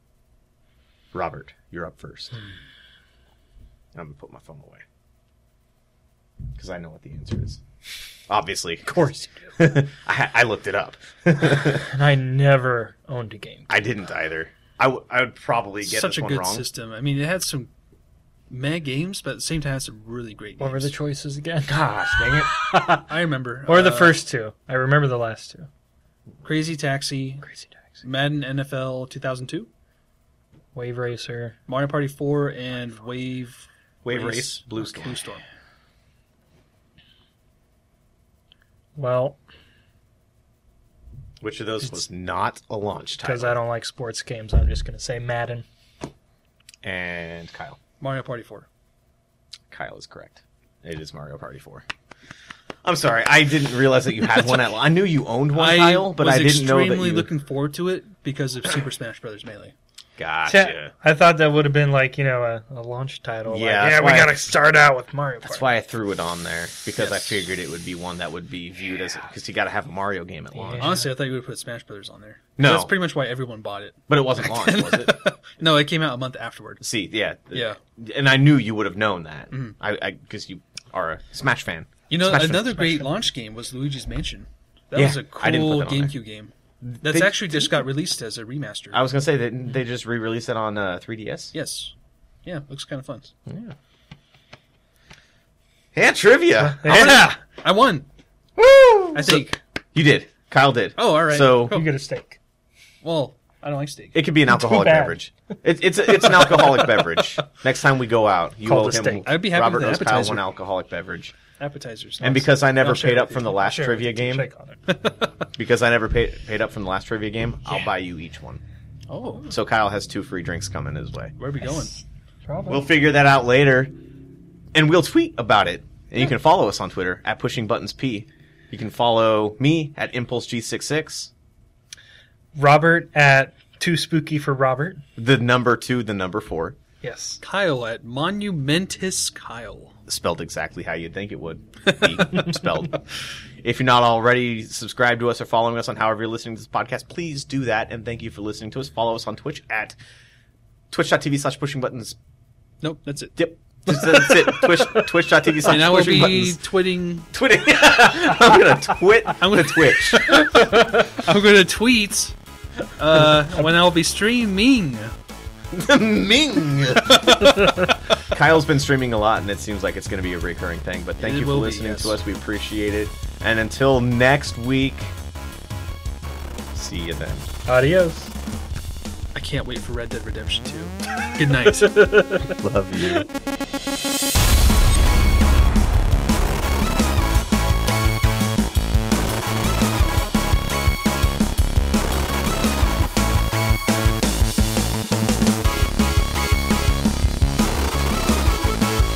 Speaker 1: Robert, you're up first.
Speaker 3: Hmm.
Speaker 1: I'm gonna put my phone away because I know what the answer is. Obviously, of course. I, I looked it up.
Speaker 2: And I never owned a game.
Speaker 1: I didn't either. I, w- I would probably get
Speaker 3: Such
Speaker 1: this
Speaker 3: a
Speaker 1: one
Speaker 3: good
Speaker 1: wrong.
Speaker 3: system. I mean, it had some meh games, but at the same time, it had some really great games.
Speaker 2: What were the choices again?
Speaker 1: Gosh, dang it!
Speaker 3: I remember.
Speaker 2: Or the
Speaker 3: uh,
Speaker 2: first two. I remember the last two.
Speaker 3: Crazy Taxi,
Speaker 2: Crazy Taxi.
Speaker 3: Madden NFL 2002,
Speaker 2: Wave Racer.
Speaker 3: Mario Party 4, and Wave uh,
Speaker 1: Wave race, blue storm.
Speaker 3: Blue Storm.
Speaker 2: Well,
Speaker 1: Which of those was not a launch
Speaker 2: because
Speaker 1: title?
Speaker 2: I don't like sports games, I'm just going to say Madden.
Speaker 1: And Kyle,
Speaker 3: Mario Party 4.
Speaker 1: Kyle is correct. It is Mario Party Four. I'm sorry, I didn't realize that you had one. At, I knew you owned one, Kyle, but
Speaker 3: was
Speaker 1: I didn't know that
Speaker 3: extremely
Speaker 1: you.
Speaker 3: looking forward to it because of Super Smash Brothers Melee.
Speaker 1: Gotcha.
Speaker 2: I thought that would have been like, you know, a, a launch title. like,
Speaker 1: Yeah,
Speaker 2: yeah,
Speaker 1: that's
Speaker 2: we
Speaker 1: why-
Speaker 2: got to start out with Mario Party.
Speaker 1: That's why I threw it on there because I
Speaker 3: Yes.
Speaker 1: figured it would be one that would be viewed as because you got to have a Mario game at launch.
Speaker 2: Yeah.
Speaker 3: Honestly, I thought you would have put Smash Brothers on there.
Speaker 1: No.
Speaker 3: That's pretty much why everyone bought it.
Speaker 1: But it wasn't launch, was it?
Speaker 3: no, it came out a month afterwards.
Speaker 1: See, yeah,
Speaker 3: Yeah. Mm-hmm.
Speaker 1: And I knew you would have known that. I because you are a Smash fan.
Speaker 3: You know,
Speaker 1: Smash fan,
Speaker 3: another
Speaker 1: Smash
Speaker 3: great
Speaker 1: fan.
Speaker 3: launch game was Luigi's Mansion. That
Speaker 1: Yeah,
Speaker 3: was a
Speaker 1: I didn't put
Speaker 3: cool
Speaker 1: that on there.
Speaker 3: GameCube game. That's
Speaker 1: They-
Speaker 3: actually just got released as a remaster.
Speaker 1: I was gonna say that they just re-released it on uh, 3DS.
Speaker 3: yes. Yeah, looks kind of fun.
Speaker 1: Yeah, trivia.
Speaker 2: Yeah,
Speaker 3: I won,
Speaker 1: Woo!
Speaker 3: I think.
Speaker 1: You did. Kyle did.
Speaker 3: Oh, all right.
Speaker 1: So
Speaker 2: you get a steak.
Speaker 3: Well, I don't like steak.
Speaker 1: it could be an alcoholic
Speaker 2: bad.
Speaker 1: beverage. It, it's a, it's an alcoholic beverage. Next time we go out, you
Speaker 2: Call
Speaker 1: owe
Speaker 2: the
Speaker 1: him.
Speaker 2: steak.
Speaker 3: I'd be happy
Speaker 1: Robert
Speaker 3: with an
Speaker 1: knows Kyle
Speaker 3: appetizer.
Speaker 1: one alcoholic beverage.
Speaker 3: Appetizers.
Speaker 1: And because I never
Speaker 3: I'll share
Speaker 1: paid
Speaker 3: it
Speaker 1: up
Speaker 3: with
Speaker 1: from
Speaker 3: you.
Speaker 1: the last
Speaker 2: Sure,
Speaker 1: trivia game,
Speaker 2: Check on it.
Speaker 1: because I never paid paid up from the last trivia game, I'll buy you each one.
Speaker 3: Oh,
Speaker 1: So Kyle has two free drinks coming his way.
Speaker 3: where are we going?
Speaker 2: Probably.
Speaker 1: We'll figure that out later, and we'll tweet about it. And you can follow us on Twitter at Pushing Buttons P. You can follow me at Impulse G66.
Speaker 2: Robert at Too Spooky for Robert.
Speaker 1: The number two, the number four,
Speaker 2: Yes.
Speaker 3: Kyle at Monumentous Kyle.
Speaker 1: spelled exactly how you'd think it would be spelled. If you're not already subscribed to us or following us on however you're listening to this podcast, please do that. And thank you for listening to us. Follow us on Twitch at twitch.tv slash pushing buttons.
Speaker 3: Nope, that's it.
Speaker 1: Yep. That's it. Twitch, twitch.tv slash
Speaker 3: And I will
Speaker 1: pushing
Speaker 3: be
Speaker 1: buttons.
Speaker 3: twitting.
Speaker 1: Twitting. I'm going to twit. I'm going to twitch.
Speaker 3: I'm going to tweet uh, when I'll be streaming.
Speaker 1: Ming. Kyle's been streaming a lot, and it seems like it's going to be a recurring thing. But thank
Speaker 3: It
Speaker 1: you for
Speaker 3: will be,
Speaker 1: listening to
Speaker 3: yes.
Speaker 1: us. We appreciate it. And until next week, see you then.
Speaker 2: Adios.
Speaker 3: I can't wait for Red Dead Redemption 2. Good night.
Speaker 1: Love you.